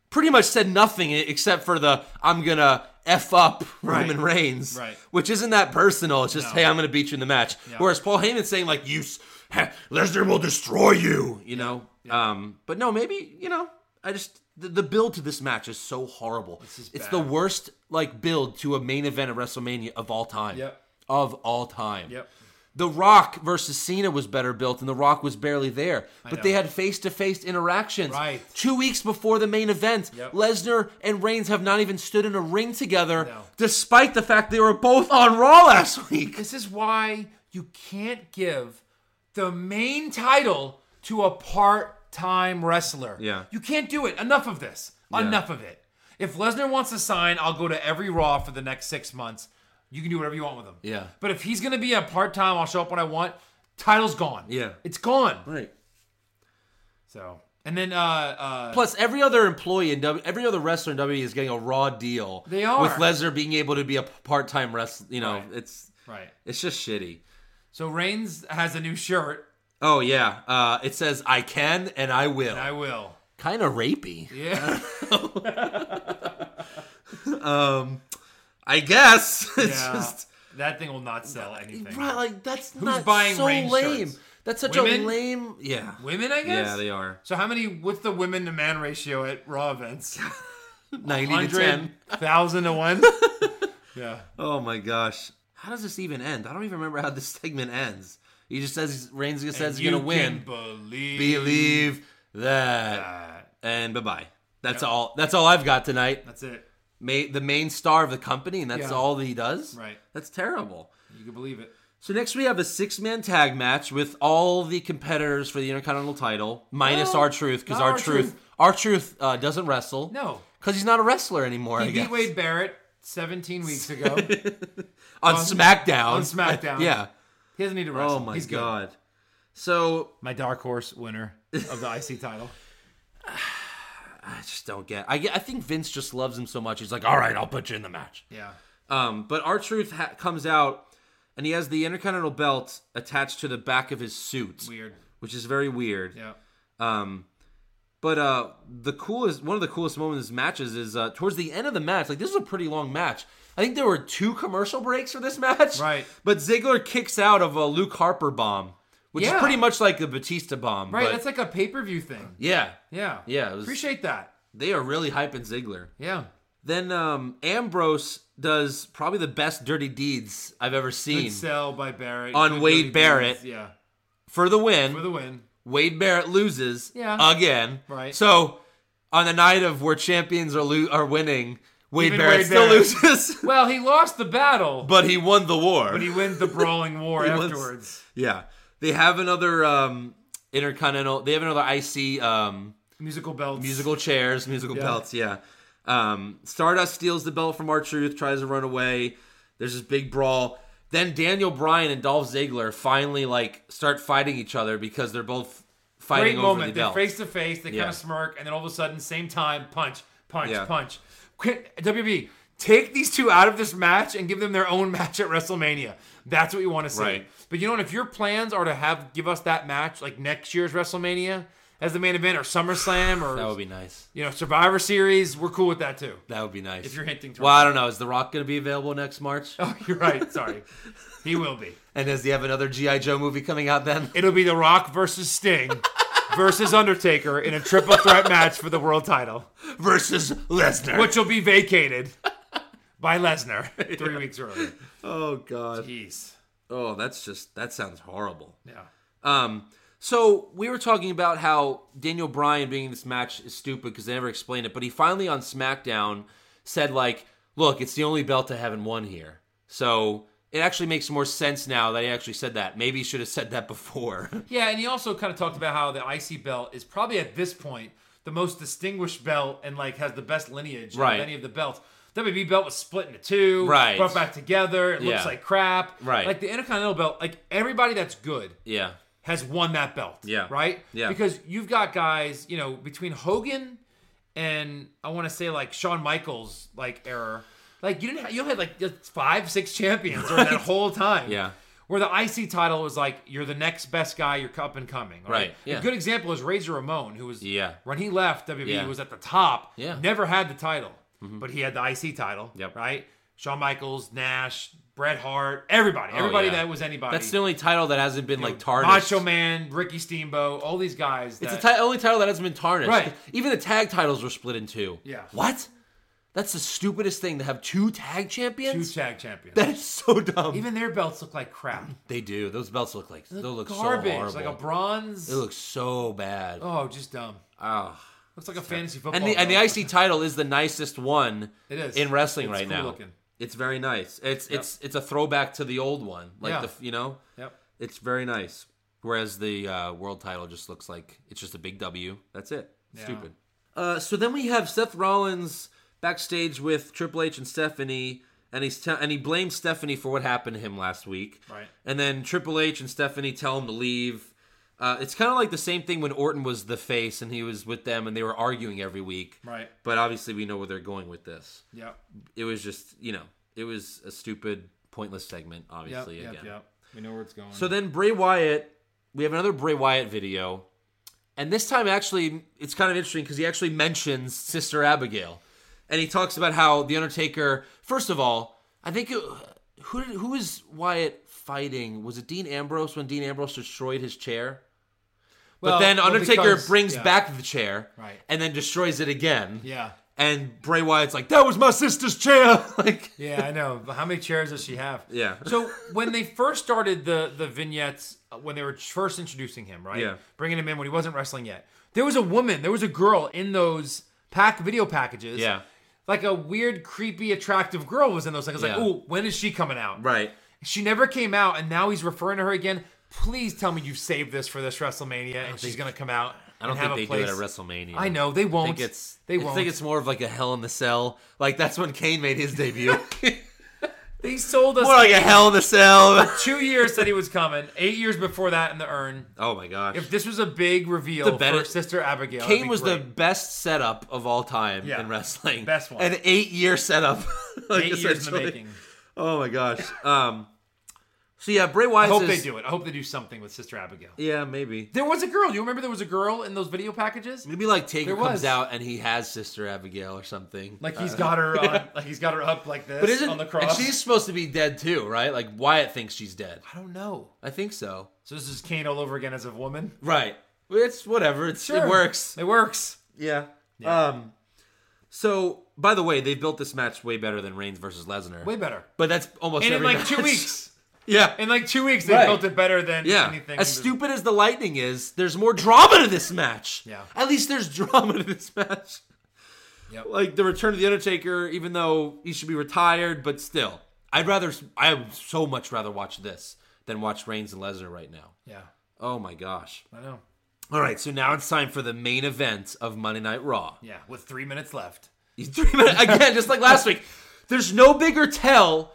pretty much said nothing e-, except for the "I'm gonna f up Roman Reigns," Right. which isn't that personal. It's just, "Hey, I'm gonna beat you in the match." Whereas Paul Heyman's saying like, "You, s- heh, Lesnar will destroy you," you know. Um, but no, maybe you know. I just the, the build to this match is so horrible. it's the worst like build to a main event of WrestleMania of all time. Yep. Of all time. Yep. The Rock versus Cena was better built, and The Rock was barely there. But they know. had face to face interactions. Right. Two weeks before the main event, Yep. Lesnar and Reigns have not even stood in a ring together, No. despite the fact they were both on Raw last week. This is why you can't give the main title to a part-time wrestler. Yeah. You can't do it. Enough of this. Enough of it. If Lesnar wants to sign, I'll go to every Raw for the next six months. You can do whatever you want with him. Yeah. But if he's gonna be a part-time, I'll show up when I want. Title's gone. Yeah. It's gone. Right. So and then uh uh Plus, every other employee in W, every other wrestler in WWE is getting a Raw deal. They are. with Lesnar being able to be a part-time wrestler. You know, Right. it's right. it's just shitty. So Reigns has a new shirt. Oh yeah, uh, it says "I can and I will." I will. Kind of rapey. Yeah. I guess it's Yeah. just that thing will not sell anything. right. Like that's not buying so Reigns lame. shirts? That's such a Women? lame. Yeah, Women, I guess. yeah, they are So how many? What's the women to man ratio at Raw events? ninety to Hundred ten. thousand to one. yeah. Oh my gosh, how does this even end? I don't even remember how this segment ends. He just says Reigns just says he's You gonna win. can Believe. Believe that, that. and bye bye. That's all. That's all I've got tonight. That's it. May, the main star of the company, and that's Yeah. all that he does. Right. That's terrible. You can believe it. So next we have a six-man tag match with all the competitors for the Intercontinental title, minus Well, our truth because not our R-Truth. truth, our truth uh, doesn't wrestle. No. because he's not a wrestler anymore. I He guess. beat Wade Barrett 17 weeks ago. on, SmackDown. on SmackDown. yeah. he doesn't need to wrestle. Oh my He's good. god. So My dark horse winner of the IC title. I just don't get. I get. I think Vince just loves him so much. He's like, all right, I'll put you in the match. Yeah. Um, but our truth ha- comes out, and he has the Intercontinental belt attached to the back of his suit, Weird. which is very weird. Yeah. Um, but uh, the coolest, one of the coolest moments of matches is uh, towards the end of the match. Like this is a pretty long match. I think there were two commercial breaks for this match. Right. But Ziggler kicks out of a Luke Harper bomb, which Yeah. is pretty much like the Batista bomb. Right. but- that's like a pay per view thing. yeah. Yeah. Yeah, it was- Appreciate that. They are really hyping Ziggler. Yeah. Then um, Ambrose does probably the best dirty deeds I've ever seen Good sell by Barrett. On Good Wade really good. Barrett. Yeah. for the win. For the win. Wade Barrett loses Yeah. again. Right. So on the night of where champions are lo- are winning, Wade Even Barrett Wade still Barrett. loses, Well, he lost the battle, but he won the war. but he wins the brawling war He wins- afterwards. yeah, they have another um, intercontinental. They have another IC um, Musical belts. musical chairs, musical Yeah. belts. Yeah. Um, Stardust steals the belt from our truth, tries to run away. There's this big brawl. Then Daniel Bryan and Dolph Ziggler finally like start fighting each other because they're both fighting Great over moment. the They're belt. face to face. They Yeah. kind of smirk, and then all of a sudden, same time, punch, punch, Yeah. punch. Quit, WB, take these two out of this match and give them their own match at WrestleMania. That's what we want to see. Right. But you know what? If your plans are to have give us that match like next year's WrestleMania as the main event or SummerSlam or that would be nice. you know Survivor Series, we're cool with that too. That would be nice. If you're hinting towards well, I don't know. Is The Rock going to be available next March? Oh, you're right. Sorry, he will be. And does he have another GI Joe movie coming out then? It'll be The Rock versus Sting versus Undertaker in a triple threat match for the world title, Versus Lesnar. which will be vacated by Lesnar three weeks earlier. Oh God. Jeez. Oh, that's just that sounds horrible. Yeah. Um. So we were talking about how Daniel Bryan being in this match is stupid because they never explained it, but he finally on SmackDown said like, "Look, it's the only belt I haven't won here." So it actually makes more sense now that he actually said that. Maybe he should have said that before. Yeah, and he also kind of talked about how the IC belt is probably at this point the most distinguished belt and like has the best lineage Right. of any of the belts. WB belt was split into two, Right. brought back together. It Yeah. looks like crap. Right. Like the Intercontinental belt, like everybody that's good yeah. has won that belt. Yeah. Right? Yeah. Because you've got guys, you know, between Hogan and I want to say like Shawn Michaels like era, like you didn't have, you had like just five, six champions during that whole time. Yeah. Where the IC title was like, you're the next best guy, you're up and coming. Right, yeah. A good example is Razor Ramon, who was, Yeah. when he left WWE, Yeah. he was at the top, Yeah. Mm-hmm. never had the title, but he had the IC title. Yep. Right? Shawn Michaels, Nash, Bret Hart, everybody, everybody Oh, yeah. that was anybody. That's the only title that hasn't been like tarnished. Macho Man, Ricky Steamboat, all these guys. It's that- the ti- only title that hasn't been tarnished. Right. Even the tag titles were split in two. Yeah. What? That's the stupidest thing to have two tag two champions. tag champions. that is so dumb. Even their belts look like crap. they do. Those belts look like they look so Garbage, horrible. like a bronze. It looks so bad. oh, just dumb. Ah. Looks like a fantasy football. And the and the belt. IC title is the nicest one It is. in wrestling It's right cool now. looking. It's very nice. It's it's it's a throwback to the old one. Like Yeah. the you know, Yep. it's very nice. Whereas the uh, world title just looks like it's just a big W. That's it. Stupid. Uh, so then we have Seth Rollins backstage with Triple H and Stephanie, and he's te- and he blames Stephanie for what happened to him last week. Right. And then Triple H and Stephanie tell him to leave. Uh, it's kind of like the same thing when Orton was the face and he was with them and they were arguing every week. Right. But obviously we know where they're going with this. Yep. It was just you know it was a stupid, pointless segment. Yep. Obviously Yep. again. Yep. We know where it's going. So then Bray Wyatt, we have another Bray Wyatt video, and this time actually it's kind of interesting because he actually mentions Sister Abigail, and he talks about how the Undertaker. First of all, I think it, who did, who is Wyatt fighting? Was it Dean Ambrose when Dean Ambrose destroyed his chair? But Well, then well, Undertaker because- brings yeah. back the chair, Right. and then destroys it again. Yeah. And Bray Wyatt's like, "That was my sister's chair." like, Yeah, I know. But how many chairs does she have? Yeah. So when they first started the the vignettes, uh, when they were first introducing him, right? Yeah. Bringing him in when he wasn't wrestling yet, there was a woman, there was a girl in those pack video packages. yeah, Like a weird, creepy, attractive girl was in those. Like, I was Yeah. like, oh, when is she coming out? right. She never came out, and now he's referring to her again. Please tell me you saved this for this WrestleMania, and she's gonna come out. I don't and have think they a place. do it at WrestleMania. I know they won't. I think it's they I won't. think it's more of like a Hell in the Cell. Like that's when Kane made his debut. they sold us more like a Hell in the Cell. two years that he was coming. Eight years before that in the urn. Oh my gosh! If this was a big reveal The better- for Sister Abigail, that'd Kane be was the great. best setup of all time Yeah. in wrestling. Best one. An eight-year setup. like, eight years in the essentially. making. Oh my gosh. Um. So yeah, Bray I Wyatt. hope they do it. I hope they do something with Sister Abigail. Yeah, maybe. There was a girl. You remember there was a girl in those video packages? Maybe like Taker There comes was. out and he has Sister Abigail or something. Uh, Like he's got her, on, like he's got her up like this but isn't on the cross. and she's supposed to be dead too, right? Like Wyatt thinks she's dead. I don't know. I think so. So this is Kane all over again as a woman. Right. It's whatever. It's, It works. It works. Yeah. Um. So, by the way, they built this match way better than Reigns versus Lesnar. Way better. But that's almost And in every like two match. weeks. Yeah. In like two weeks, they Right. built it better than yeah. anything. As stupid as the lightning is, there's more drama to this match. Yeah. At least there's drama to this match. Yep. Like the return of the Undertaker, even though he should be retired, but still, I'd rather, I would so much rather watch this than watch Reigns and Lesnar right now. Yeah, Oh my gosh. I know. All right, so now it's time for the main event of Monday Night Raw. Yeah, with three minutes left. Three minutes again, just like last week. There's no bigger tell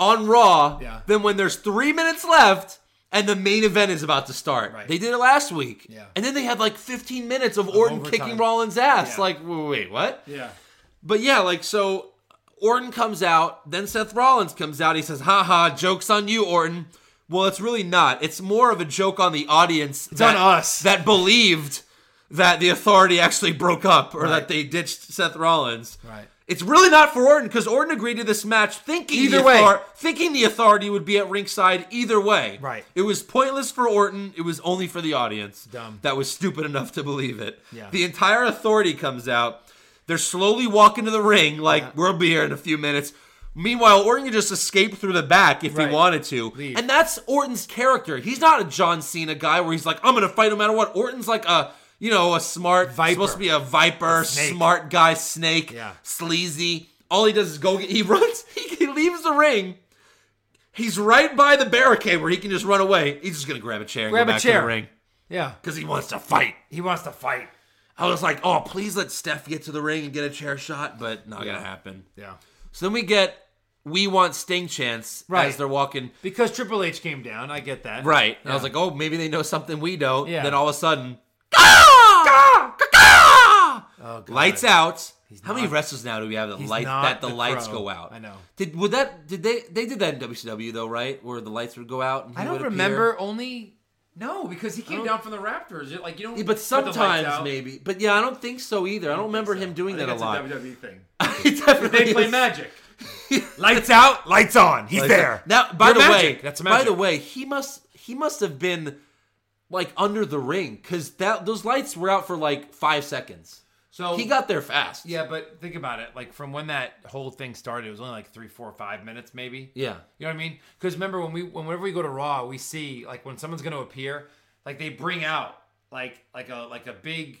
on Raw Yeah. than when there's three minutes left and the main event is about to start. Right. They did it last week, Yeah. and then they had like 15 minutes of Orton overtime. kicking Rollins' ass. Yeah. Like, wait, wait, what? Yeah. But yeah, like so, Orton comes out, then Seth Rollins comes out. He says, "Ha ha, jokes on you, Orton." Well, it's really not. It's more of a joke on the audience. It's on us. that believed that the authority actually broke up or that they ditched Seth Rollins. Right. It's really not for Orton because Orton agreed to this match thinking Either the way. author- thinking the authority would be at ringside either way. Right. It was pointless for Orton. It was only for the audience. Dumb. That was stupid enough to believe it. Yeah. The entire authority comes out. They're slowly walking to the ring, like we'll be here in a few minutes. Meanwhile, Orton could just escape through the back if Right. he wanted to. Leave. And that's Orton's character. He's not a John Cena guy where he's like, I'm going to fight no matter what. Orton's like a, you know, a smart, Viper. supposed to be a viper, snake. smart guy, snake, Yeah. sleazy. All he does is go get, he runs, he, he leaves the ring. He's right by the barricade where he can just run away. He's just going to grab a chair and Grab go a back to chair. the ring Yeah. because he wants to fight. He wants to fight. I was like, oh, please let Steph get to the ring and get a chair shot, but not Yeah. gonna happen. Yeah. So then we get we want Sting chance Right. as they're walking. Because Triple H came down. I get that. Right. And I was like, oh, maybe they know something we don't. Yeah. Then all of a sudden, "Gah! Gah! Oh, God. lights out. How many not- wrestlers now do we have that he's light not that the, the lights Crow. go out? I know. Did would that did they they did that in WCW though, right? Where the lights would go out. And he I don't would appear. remember only. No, because he came don't- down from the Raptors. It- Like you don't. Yeah, But put the lights sometimes out. maybe. But yeah, I don't think so either. I don't remember him doing I think that a that's lot. WWE thing. It definitely E They play is. magic. lights out, lights on. He's there. Now, by You're the magic. way, that's by magic. the way, he must he must have been like under the ring because that those lights were out for like five seconds. so He got there fast. Yeah, but think about it. Like from when that whole thing started, it was only like three, four, five minutes, maybe. yeah. You know what I mean? Because remember when we, whenever we go to Raw, we see like when someone's gonna appear, like they bring out like like a like a big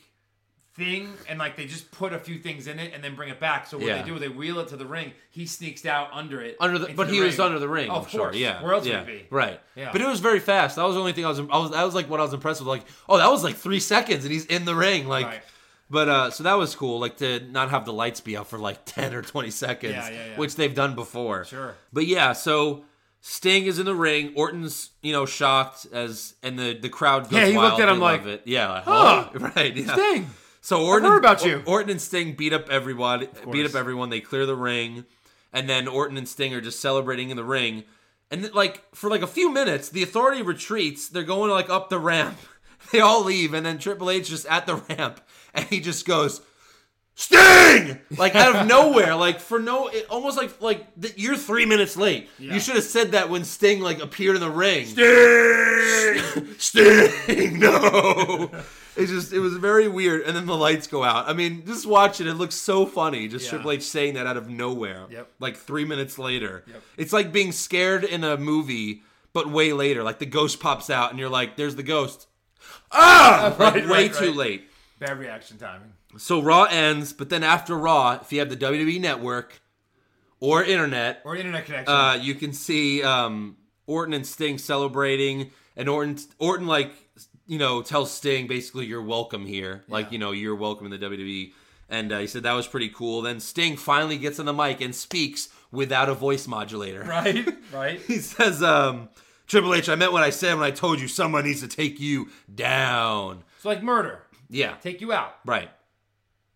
thing, and like they just put a few things in it and then bring it back. So what Yeah. they do, they wheel it to the ring. He sneaks out under it. Under the, into but he was ring. under the ring. Oh, I'm of sure. course. Yeah. Where else yeah. would he be? Right. Yeah. But it was very fast. That was the only thing I was. I was. That was like what I was impressed with. Like, oh, that was like three seconds, and he's in the ring. Like. Right. But uh, so that was cool, like to not have the lights be out for like ten or twenty seconds, Yeah, yeah, yeah. which they've done before. Sure. But yeah, so Sting is in the ring. Orton's you know shocked as and the the crowd. Goes Yeah, he wild. looked at him They like, love it. yeah, like, "Huh, huh, right, yeah. Sting. So Orton heard about you. Orton and Sting beat up everyone. Beat up everyone. They clear the ring, and then Orton and Sting are just celebrating in the ring. And then, like for like a few minutes, the authority retreats. They're going like up the ramp. They all leave, and then Triple H just at the ramp, and he just goes. Sting! Like out of nowhere, like for no, it, almost like like th- you're three minutes late. You should have said that when Sting like appeared in the ring. Sting, Sting, no. It's just it was very weird, and then the lights go out. I mean, just watch it; it looks so funny. Just Yeah. Triple H saying that out of nowhere, Yep. like three minutes later. It's like being scared in a movie, but way later. Like the ghost pops out, and you're like, "There's the ghost." Ah, Right, Like, right, way right. too late. Bad reaction timing. So Raw ends, but then after Raw, if you have the WWE Network or internet, Or internet connection. uh, you can see um, Orton and Sting celebrating, and Orton Orton like you know tells Sting basically you're welcome here, like you know you're welcome in the WWE, and uh, he said that was pretty cool. Then Sting finally gets on the mic and speaks without a voice modulator. right. Right. He says, um, "Triple H, I meant what I said when I told you someone needs to take you down." It's like murder. Yeah, Take you out, right.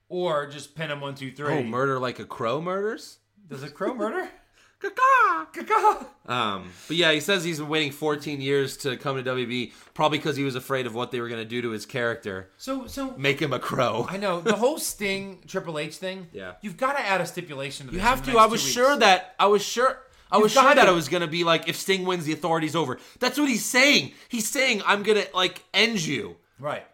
or just pin him one, two, three. Oh, murder like a crow murders. Does a crow murder? Um, but yeah, he says he's been waiting 14 years to come to WB, probably because he was afraid of what they were going to do to his character, So so make him a crow. I know the whole Sting Triple H thing. Yeah. you've got to add a stipulation to this. You have to. I was sure that I was sure. I was got sure that to. it was gonna be like if Sting wins, the authority's over. That's what he's saying. He's saying I'm gonna like end you. Right.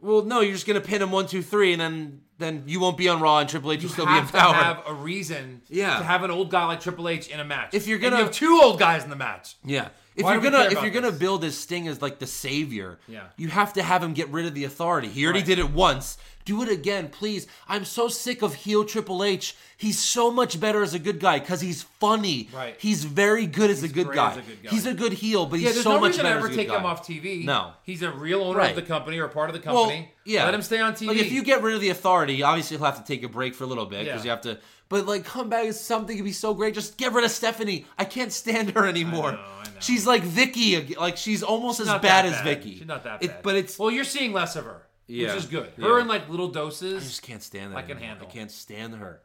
Well, no, you're just gonna pin him one, two, three, and then then you won't be on Raw, and Triple H will You still be in have to power. have a reason. Yeah. To have an old guy like Triple H in a match. If you're And you gonna- have two old guys in the match. Yeah. If Why you're do we gonna care if about you're gonna this? build this Sting as like the savior, Yeah. you have to have him get rid of the authority. He already Right. did it once. Do it again, please. I'm so sick of heel Triple H. He's so much better as a good guy because he's funny. Right. He's very good as, a good, great guy. as a good guy. He's a good heel, but Yeah, he's there's so no much reason to better ever as a good take guy. him off TV. No. he's a real owner Right. of the company or part of the Well, company. yeah. let him stay on TV. Like if you get rid of the authority, obviously he'll have to take a break for a little bit because Yeah. you have to. But like, come back is something could be so great. Just get rid of Stephanie. I can't stand her anymore. know, I know. She's like Vicky. ag- Like she's almost as Not bad that as Vicky. she's not that It- bad. but it's well, you're seeing less of her, Yeah. which is good. Yeah. Her in like little doses. I just can't stand that. I can anymore. handle. I can't stand her.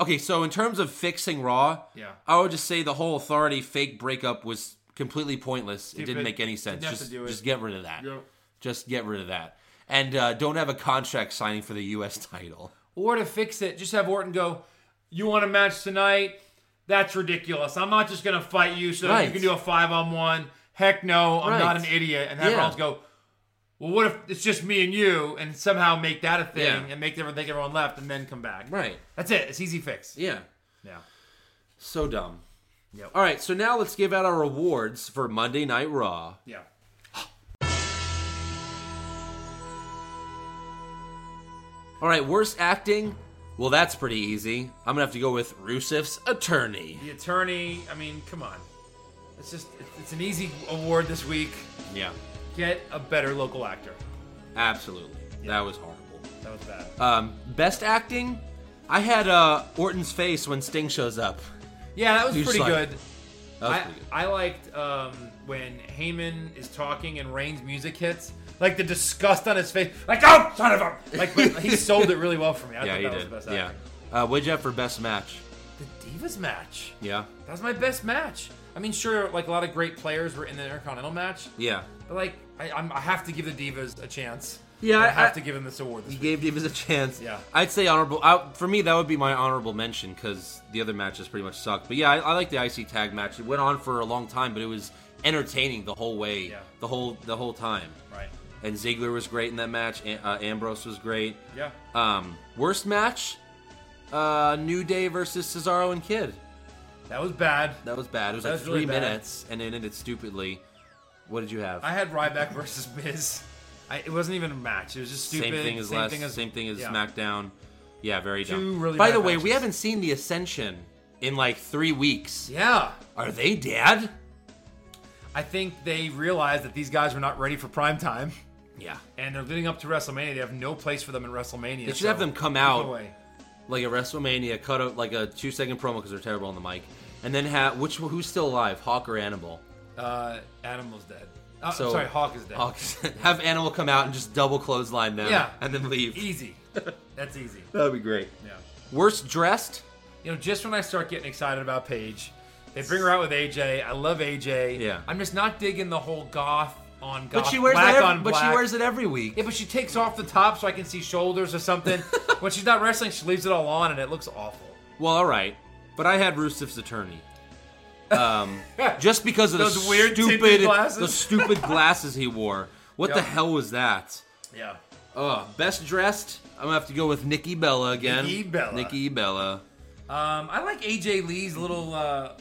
Okay, so in terms of fixing Raw, Yeah. I would just say the whole authority fake breakup was completely pointless. It didn't Stupid. make any sense. Didn't have to Just, do it. just get rid of that. Yep. Just get rid of that. And uh, don't have a contract signing for the U.S. title. Or to fix it, just have Orton go, You want a match tonight? That's ridiculous. I'm not just going to fight you so Right. you can do a five on one. Heck no, I'm not an Right. idiot. And have Yeah. Rollins go, Well, what if it's just me and you and somehow make that a thing Yeah. and make everyone think everyone left and then come back? Right. That's it. It's easy fix. Yeah. Yeah. So dumb. Yep. All right, so now let's give out our awards for Monday Night Raw. Yeah. All right, worst acting. Well, that's pretty easy. I'm gonna have to go with Rusev's attorney. The attorney. I mean, come on. It's just it's- it's an easy award this week. Yeah, Get a better local actor. absolutely. That was horrible. That was bad. Um, best acting. I had uh, Orton's face when Sting shows up. yeah, that was you just pretty like- good. That was I, pretty good. I liked um, when Heyman is talking and Reigns' music hits. Like the disgust on his face, like oh son of a! Like but he sold it really well for me. I yeah, thought he that did. was the best Yeah. acting. Uh, what'd you have for best match? The Divas match. Yeah. That was my best match. I mean, sure, like a lot of great players were in the Intercontinental match, Yeah. but like I, I'm, I have to give the Divas a chance. Yeah, I I- Mm. have I- to give them this award. This You week. gave Divas a chance. Yeah. I'd say honorable. I, for me, that would be my honorable mention because the other matches pretty much sucked. But yeah, I, I like the IC tag match. It went on for a long time, but it was entertaining the whole way, Yeah. the whole the whole time. Right. And Ziggler was great in that match. A- uh, Ambrose was great. Yeah. Um, worst match, uh, New Day versus Cesaro and Kid. That was bad. That was bad. It was That like was three really bad. minutes, and it ended stupidly. What did you have? I had Ryback versus Miz. I, it wasn't even a match. It was just stupid. same thing as last. same thing as yeah. SmackDown. Yeah, very dumb. really By bad the way, we matches. haven't seen the Ascension in like three weeks. Yeah. Are they dead? I think they realized that these guys were not ready for prime time, Yeah. and they're leading up to WrestleMania. They have no place for them in WrestleMania. They should so- have them come out No way. like at WrestleMania, cut out like a two second promo because they're terrible on the mic, and then have which who's still alive, Hawk or Animal? Uh, Animal's dead. Uh, So sorry, Hawk is dead. Hawk, have Animal come out and just double clothesline them, Yeah. E- and then leave. Easy. That's easy. That'd be great. Yeah. Worst dressed? You know, just when I start getting excited about Paige, they bring her out with AJ. I love AJ. Yeah. I'm just not digging the whole goth on goth. But she wears black that. on Every, but she black. wears it every week. Yeah, but she takes off the top so I can see shoulders or something. when she's not wrestling, she leaves it all on and it looks awful. Well, all right, but I had Rusev's attorney. Um, just because of Those the weird stupid, tinted glasses? the stupid glasses he wore. What the Yep. hell was that? Yeah. Ugh, best dressed. I'm gonna have to go with Nikki Bella again. Nikki Bella. Nikki Bella. Um, I like AJ Lee's little uh,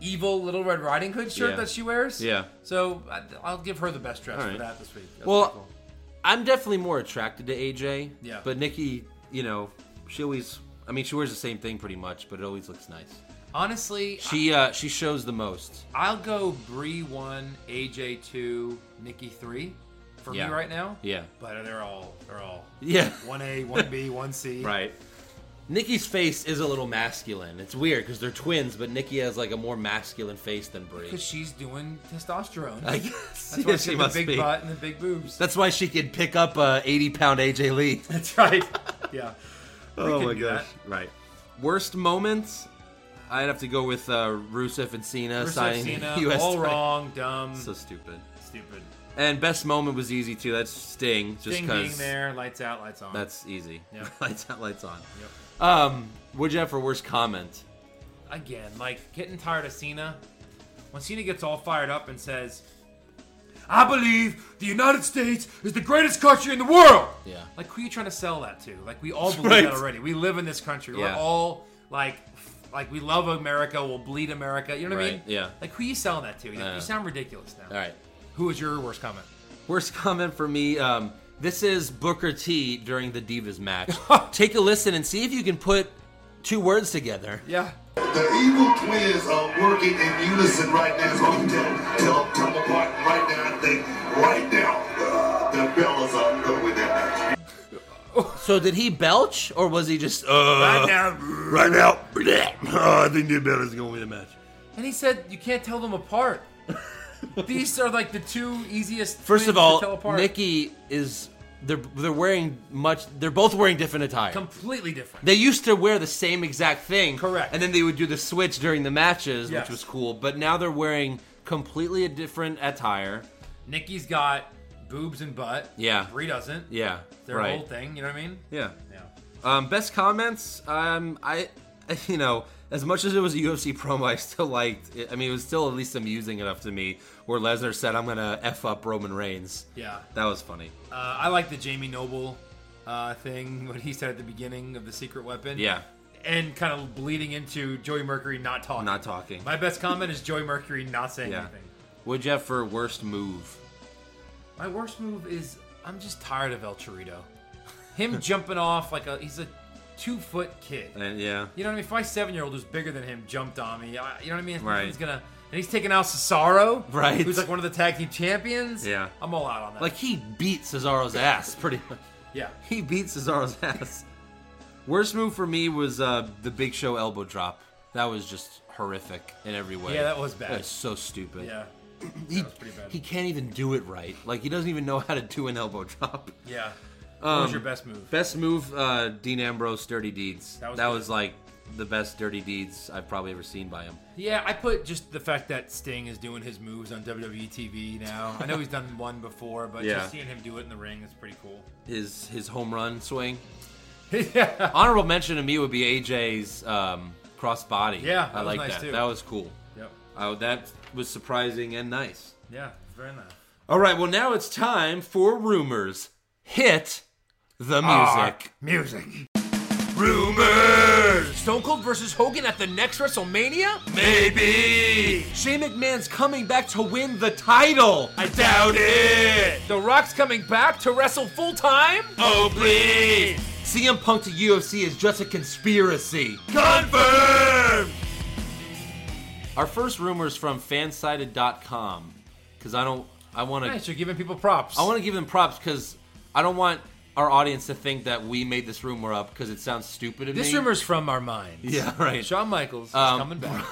evil little Red Riding Hood shirt Yeah. that she wears. Yeah. So I, I'll give her the best dress All for right. that this week. That's Well, pretty cool. I'm definitely more attracted to AJ. Yeah. But Nikki, you know, she always. I mean, she wears the same thing pretty much, but it always looks nice. honestly, She uh, she shows the most. I'll go Bree one, AJ two, Nikki three for Yeah. me right now. Yeah. But they're all they're all Yeah. one A, one B, one C. Right. Nikki's face is a little masculine. It's weird because they're twins, but Nikki has like a more masculine face than Brie. Because she's doing testosterone. I guess That's Yeah, why she, has the big butt and the big boobs. That's why she could pick up a 80 pound AJ Lee. That's right. yeah. oh couldn't do Right. Worst moments? I'd have to go with uh, Rusev and Cena Versus signing Cena, the U.S. all title. wrong, dumb, So stupid. stupid. And best moment was easy too. That's Sting, just Ding, being because there, lights out, lights on. that's easy. Yeah. lights out, lights on. Um, what'd you have for worst comment? again, like getting tired of Cena. When Cena gets all fired up and says, "I believe the United States is the greatest country in the world." Yeah. Like, who are you trying to sell that to? Like, we all believe Right. that already. We live in this country. Yeah. We're all like, f- like we love America. We'll bleed America. You know what I mean? Right, yeah. Like, who are you selling that to? Like, Yeah. You sound ridiculous now. All right. Who was your worst comment? Worst comment for me. Um, this is Booker T during the Divas match. Take a listen and see if you can put two words together. Yeah. The evil twins are working in unison right now. So I'm telling tell them come apart right now. I think right now uh, the Bellas are good with that match. So did he belch or was he just uh, Right now. right now? bleh. Uh, I think the Bellas gonna win the match. And he said, "You can't tell them apart." These are like the two easiest. First twins of to tell all, apart. Nikki is they're they're wearing much. They're both wearing different attire. completely different. they used to wear the same exact thing, Correct. And then they would do the switch during the matches, Yes. which was cool. But now they're wearing completely a different attire. Nikki's got boobs and butt. Yeah. Bree doesn't. Yeah, Their right. whole thing. You know what I mean? Yeah. Yeah. Um, best comments. Um, I, you know, as much as it was a UFC promo, I still liked. It. I mean, it was still at least amusing enough to me. Where Lesnar said, "I'm gonna f up Roman Reigns." Yeah. That was funny. Uh, I like the Jamie Noble uh, thing what he said at the beginning of the Secret Weapon. Yeah. and kind of bleeding into Joey Mercury not talking. Not talking. My best comment is Joey Mercury not saying Yeah. anything. What'd you have for worst move? My worst move is I'm just tired of El Chorito. Him jumping off like a he's a two foot kid. And Uh, yeah, You know what I mean? If my seven year old who's bigger than him jumped on me, I, you know what I mean? Right. He's gonna and he's taking out Cesaro, Right. Who's like one of the tag team champions. Yeah. I'm all out on that. like he beat Cesaro's ass pretty much. yeah, He beat Cesaro's ass. Worst move for me was uh, the Big Show elbow drop. That was just horrific in every way. Yeah, that was bad. That was so stupid. yeah, he, was pretty bad. he can't even do it right. Like he doesn't even know how to do an elbow drop. yeah. what Um, was your best move? Best move, uh, Dean Ambrose, Dirty Deeds. That That was, was that good. was like the best Dirty Deeds I've probably ever seen by him. Yeah, I put just the fact that Sting is doing his moves on WWE TV now. I know he's done one before, but Yeah. just seeing him do it in the ring is pretty cool. His his home run swing. yeah, Honorable mention to me would be AJ's um, cross body. Yeah, that I was like nice that. too. That was cool. yep, Oh, that was surprising and nice. yeah, very nice. All right, well now it's time for rumors. Hit the music. Ah, Music. Rumors. Stone Cold versus Hogan at the next WrestleMania? Maybe Shane McMahon's coming back to win the title. I doubt it. The Rock's coming back to wrestle full time? Oh please. CM Punk to UFC is just a conspiracy. Confirmed. Our first rumor is from fansided.com because I don't. I want to. Nice, you're giving people props. I want to give them props because I don't want our audience to think that we made this rumor up because it sounds stupid to me. this rumor's from our mind. Yeah, right. Um, Shawn Michaels is coming back.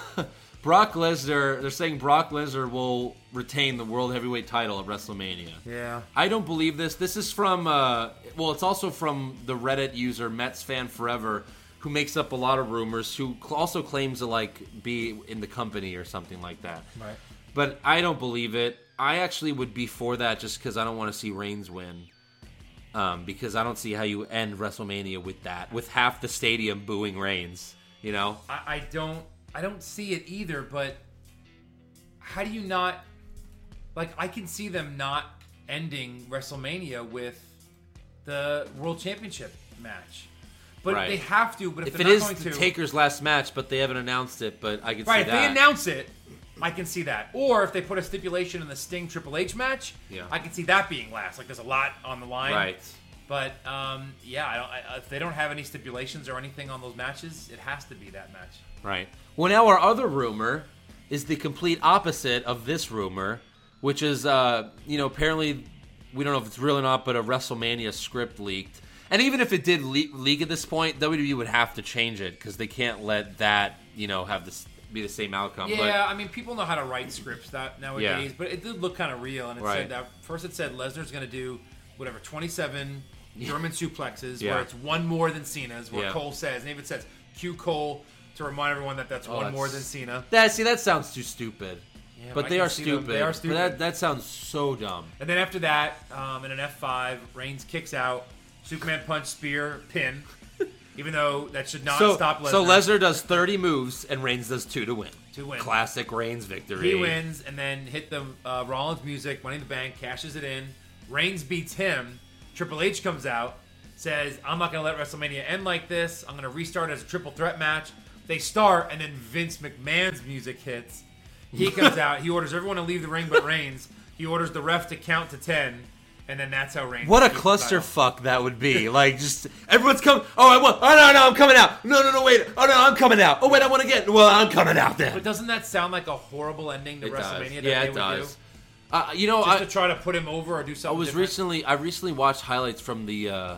Brock Lesnar, they're saying Brock Lesnar will retain the World Heavyweight title at WrestleMania. Yeah. I don't believe this. This is from, uh, well, it's also from the Reddit user Mets Fan Forever, who makes up a lot of rumors, who cl- also claims to like be in the company or something like that. Right. But I don't believe it. I actually would be for that just because I don't want to see Reigns win. Um, because I don't see how you end WrestleMania with that, with half the stadium booing Reigns. You know, I, I don't I don't see it either, but how do you not like I can see them not ending WrestleMania with the World Championship match. But Right. they have to, but if, if they're it not is going the to Taker's last match, but they haven't announced it, but I could Right, see if that. they announce it, I can see that. Or if they put a stipulation in the Sting Triple H match, Yeah. I can see that being last. Like there's a lot on the line. right. But um, yeah, I don't, I, if they don't have any stipulations or anything on those matches, it has to be that match. Right. Well, now our other rumor is the complete opposite of this rumor, which is, uh, you know, apparently, we don't know if it's real or not, but a WrestleMania script leaked. And even if it did le- leak at this point, WWE would have to change it because they can't let that, you know, have this be the same outcome. Yeah, I mean, people know how to write scripts that nowadays, Yeah. but it did look kind of real. And it Right. said that first it said Lesnar's going to do whatever 27 German suplexes, Yeah. where it's one more than Cena's, where Yeah. Cole says, and even says Q Cole to remind everyone that that's Oh, one more than that's- Cena. But that see, that sounds too stupid. Yeah, but I they can are, see them. stupid. They are But stupid. that that sounds so dumb. And then after that, um, in an F5, Reigns kicks out, Superman punch, spear, pin. even though that should not so, stop Lesnar. so Lesnar does 30 moves and Reigns does two to win. To win. Classic Reigns victory. He wins and then hit the uh, Rollins music, Money in the Bank, cashes it in. Reigns beats him. Triple H comes out, says, I'm not going to let WrestleMania end like this. I'm going to restart as a triple threat match. They start, and then Vince McMahon's music hits. He comes out. He orders everyone to leave the ring but Reigns. He orders the ref to count to 10, and then that's how Reigns. What a keeps the title. clusterfuck that would be! Like, just everyone's coming. Oh, I want. Oh no, no, I'm coming out. No, no, no, wait. Oh no, I'm coming out. Oh wait, I want to get. Well, I'm coming out then. But doesn't that sound like a horrible ending to It does. WrestleMania? That Yeah, they it would does. Do? Uh, you know, Just I, to try to put him over or do I something. was different? recently. I recently watched highlights from the uh,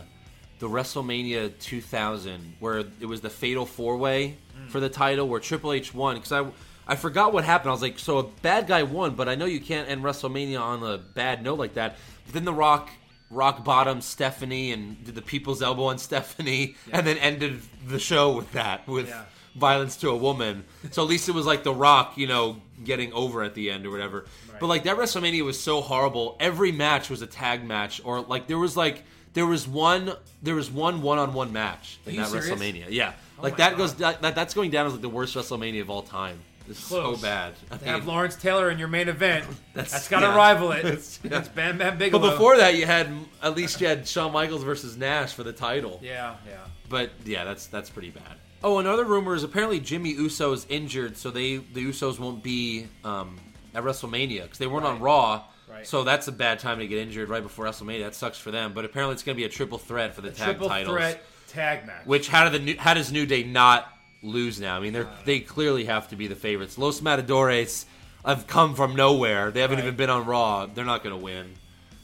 the WrestleMania 2000, where it was the Fatal Four Way Mm. for the title, where Triple H won. Because I I forgot what happened. I was like, so a bad guy won, but I know you can't end WrestleMania on a bad note like that. But then The Rock. Rock bottom Stephanie and did the people's elbow on Stephanie, and then ended the show with that with Yeah. violence to a woman. So at least it was like The Rock, you know, getting over at the end or whatever. But like that WrestleMania was so horrible. Every match was a tag match, or like there was like there was one there was one one on one match in you that serious? Oh WrestleMania. Yeah, like my that God. goes that, that that's going down as like the worst WrestleMania of all time. It's so Close. bad. I to have mean- Lawrence Taylor in your main event. That's- that's got to yeah. rival it. That's- That's, yeah. Bam Bam but Bigelow. before that, you had at least you had Shawn Michaels versus Nash for the title. yeah, yeah. But yeah, that's that's pretty bad. Oh, another rumor is apparently Jimmy Uso is injured, so they the Usos won't be um, at WrestleMania because they weren't on Raw. Right. So that's a bad time to get injured right before WrestleMania. That sucks for them. But apparently, it's going to be a triple threat for the tag Triple titles. threat tag match. Which how do the new, how does New Day not lose now? I mean, they are Uh. they clearly have to be the favorites. Los Matadores have come from nowhere. They haven't Right. even been on Raw. They're not going to win.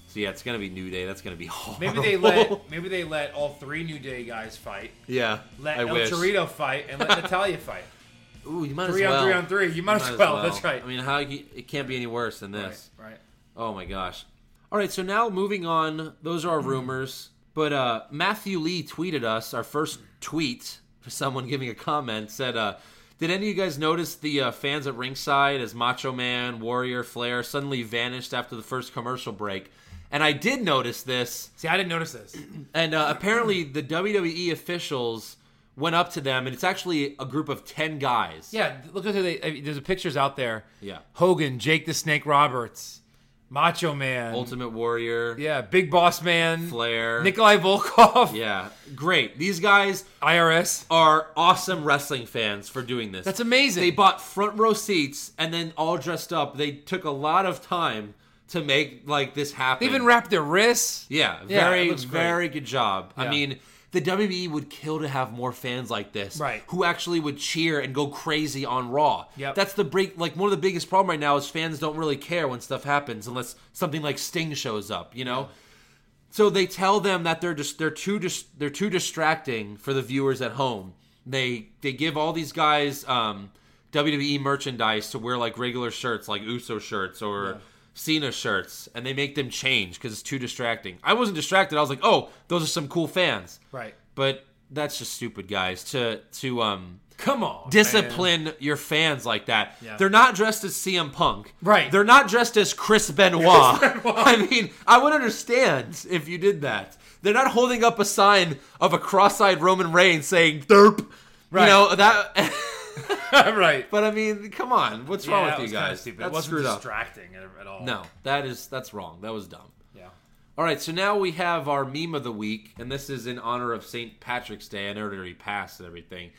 So yeah, it's going to be New Day. That's going to be horrible. maybe they let maybe they let all three New Day guys fight. yeah. Let I El wish. Torito fight and let Natalia fight. Ooh, you might Three as on well. three on three. You might, as, well. That's right. I mean, how you, it can't be any worse than right, this. right. Oh my gosh. All right, so now moving on. Those are our Mm. rumors, but uh, Matthew Lee tweeted us our first tweet for someone giving a comment said, uh, "Did any of you guys notice the uh, fans at ringside as Macho Man, Warrior, Flair suddenly vanished after the first commercial break?" And I did notice this. See, I didn't notice this. And uh, apparently, the WWE officials went up to them, and it's actually a group of ten guys. Yeah, look at who they. I mean, there's pictures out there. Yeah. Hogan, Jake the Snake Roberts, Macho Man, Ultimate Warrior, yeah, Big Boss Man, Flair, Nikolai Volkov, Yeah, great. These guys IRS. are awesome wrestling fans for doing this. That's amazing. They bought front row seats and then all dressed up. They took a lot of time to make like this happen. They even wrapped their wrists. Yeah, Yeah, very it looks great. very good job. I Yeah. mean, the WWE would kill to have more fans like this, Right. Who actually would cheer and go crazy on Raw. Yep. that's the break. Like one of the biggest problem right now is fans don't really care when stuff happens unless something like Sting shows up. You know. So they tell them that they're just they're too dis- they're too distracting for the viewers at home. They they give all these guys um, WWE merchandise to wear like regular shirts, like Uso shirts or Cena shirts, and they make them change because it's too distracting. I wasn't distracted. I was like, oh, those are some cool fans, Right. But that's just stupid, guys. To to um Come on. discipline your fans like that. Yeah. They're not dressed as CM Punk. Right. They're not dressed as Chris Benoit. I mean, I would understand if you did that. They're not holding up a sign of a cross-eyed Roman Reigns saying "derp." Right. You know that. Man. right. but I mean, come on, what's wrong Yeah, that with was you kinda guys? Stupid. That's it wasn't screwed up. distracting at- at all. No, that is that's wrong. That was dumb. Yeah. All right, so now we have our meme of the week, and this is in honor of St. Patrick's Day. I know it already passed and everything,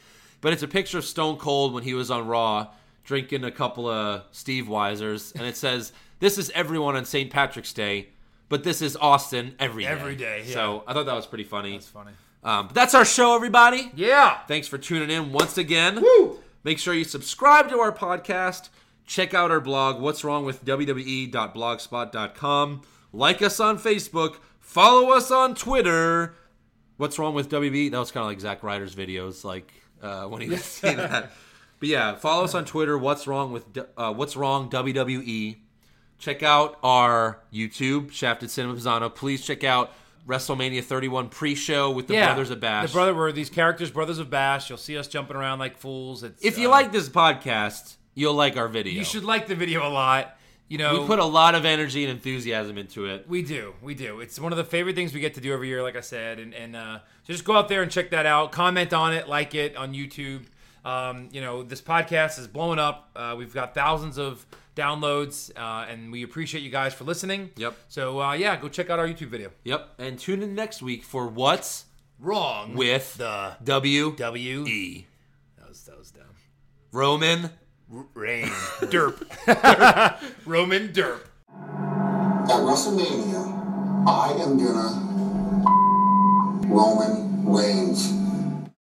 but it's a picture of Stone Cold when he was on Raw drinking a couple of Steve Weisers, and it says, "This is everyone on St. Patrick's Day, but this is Austin every day." Every day, yeah. So I thought that was pretty funny. It's funny. Um, but that's our show, everybody. Yeah. Thanks for tuning in once again. Make sure you subscribe to our podcast. Check out our blog, what's wrong with E WWE.blogspot.com. Like us on Facebook. Follow us on Twitter. What's wrong with WWE? That was kind of like Zack Ryder's videos, like uh, when he was saying that. But yeah, follow us on Twitter. What's wrong with D- uh, What's wrong WWE? Check out our YouTube, Shafted Cinema Pisano. Please check out WrestleMania 31 pre-show with the yeah. Brothers of Bash. The brother were these characters, brothers of Bash. You'll see us jumping around like fools. It's, If you uh, like this podcast, you'll like our video. you should like the video a lot. You know, We put a lot of energy and enthusiasm into it. We do, we do. It's one of the favorite things we get to do every year, like I said, and and uh, so just go out there and check that out. Comment on it, like it on YouTube. Um, you know, this podcast is blowing up. Uh, we've got thousands of downloads, uh, and we appreciate you guys for listening. Yep. So uh, yeah, go check out our YouTube video. Yep. And tune in next week for what's Wrong with the W W. E That was that was dumb. Roman. Rain derp. Roman derp. At WrestleMania, I am gonna Roman Reigns.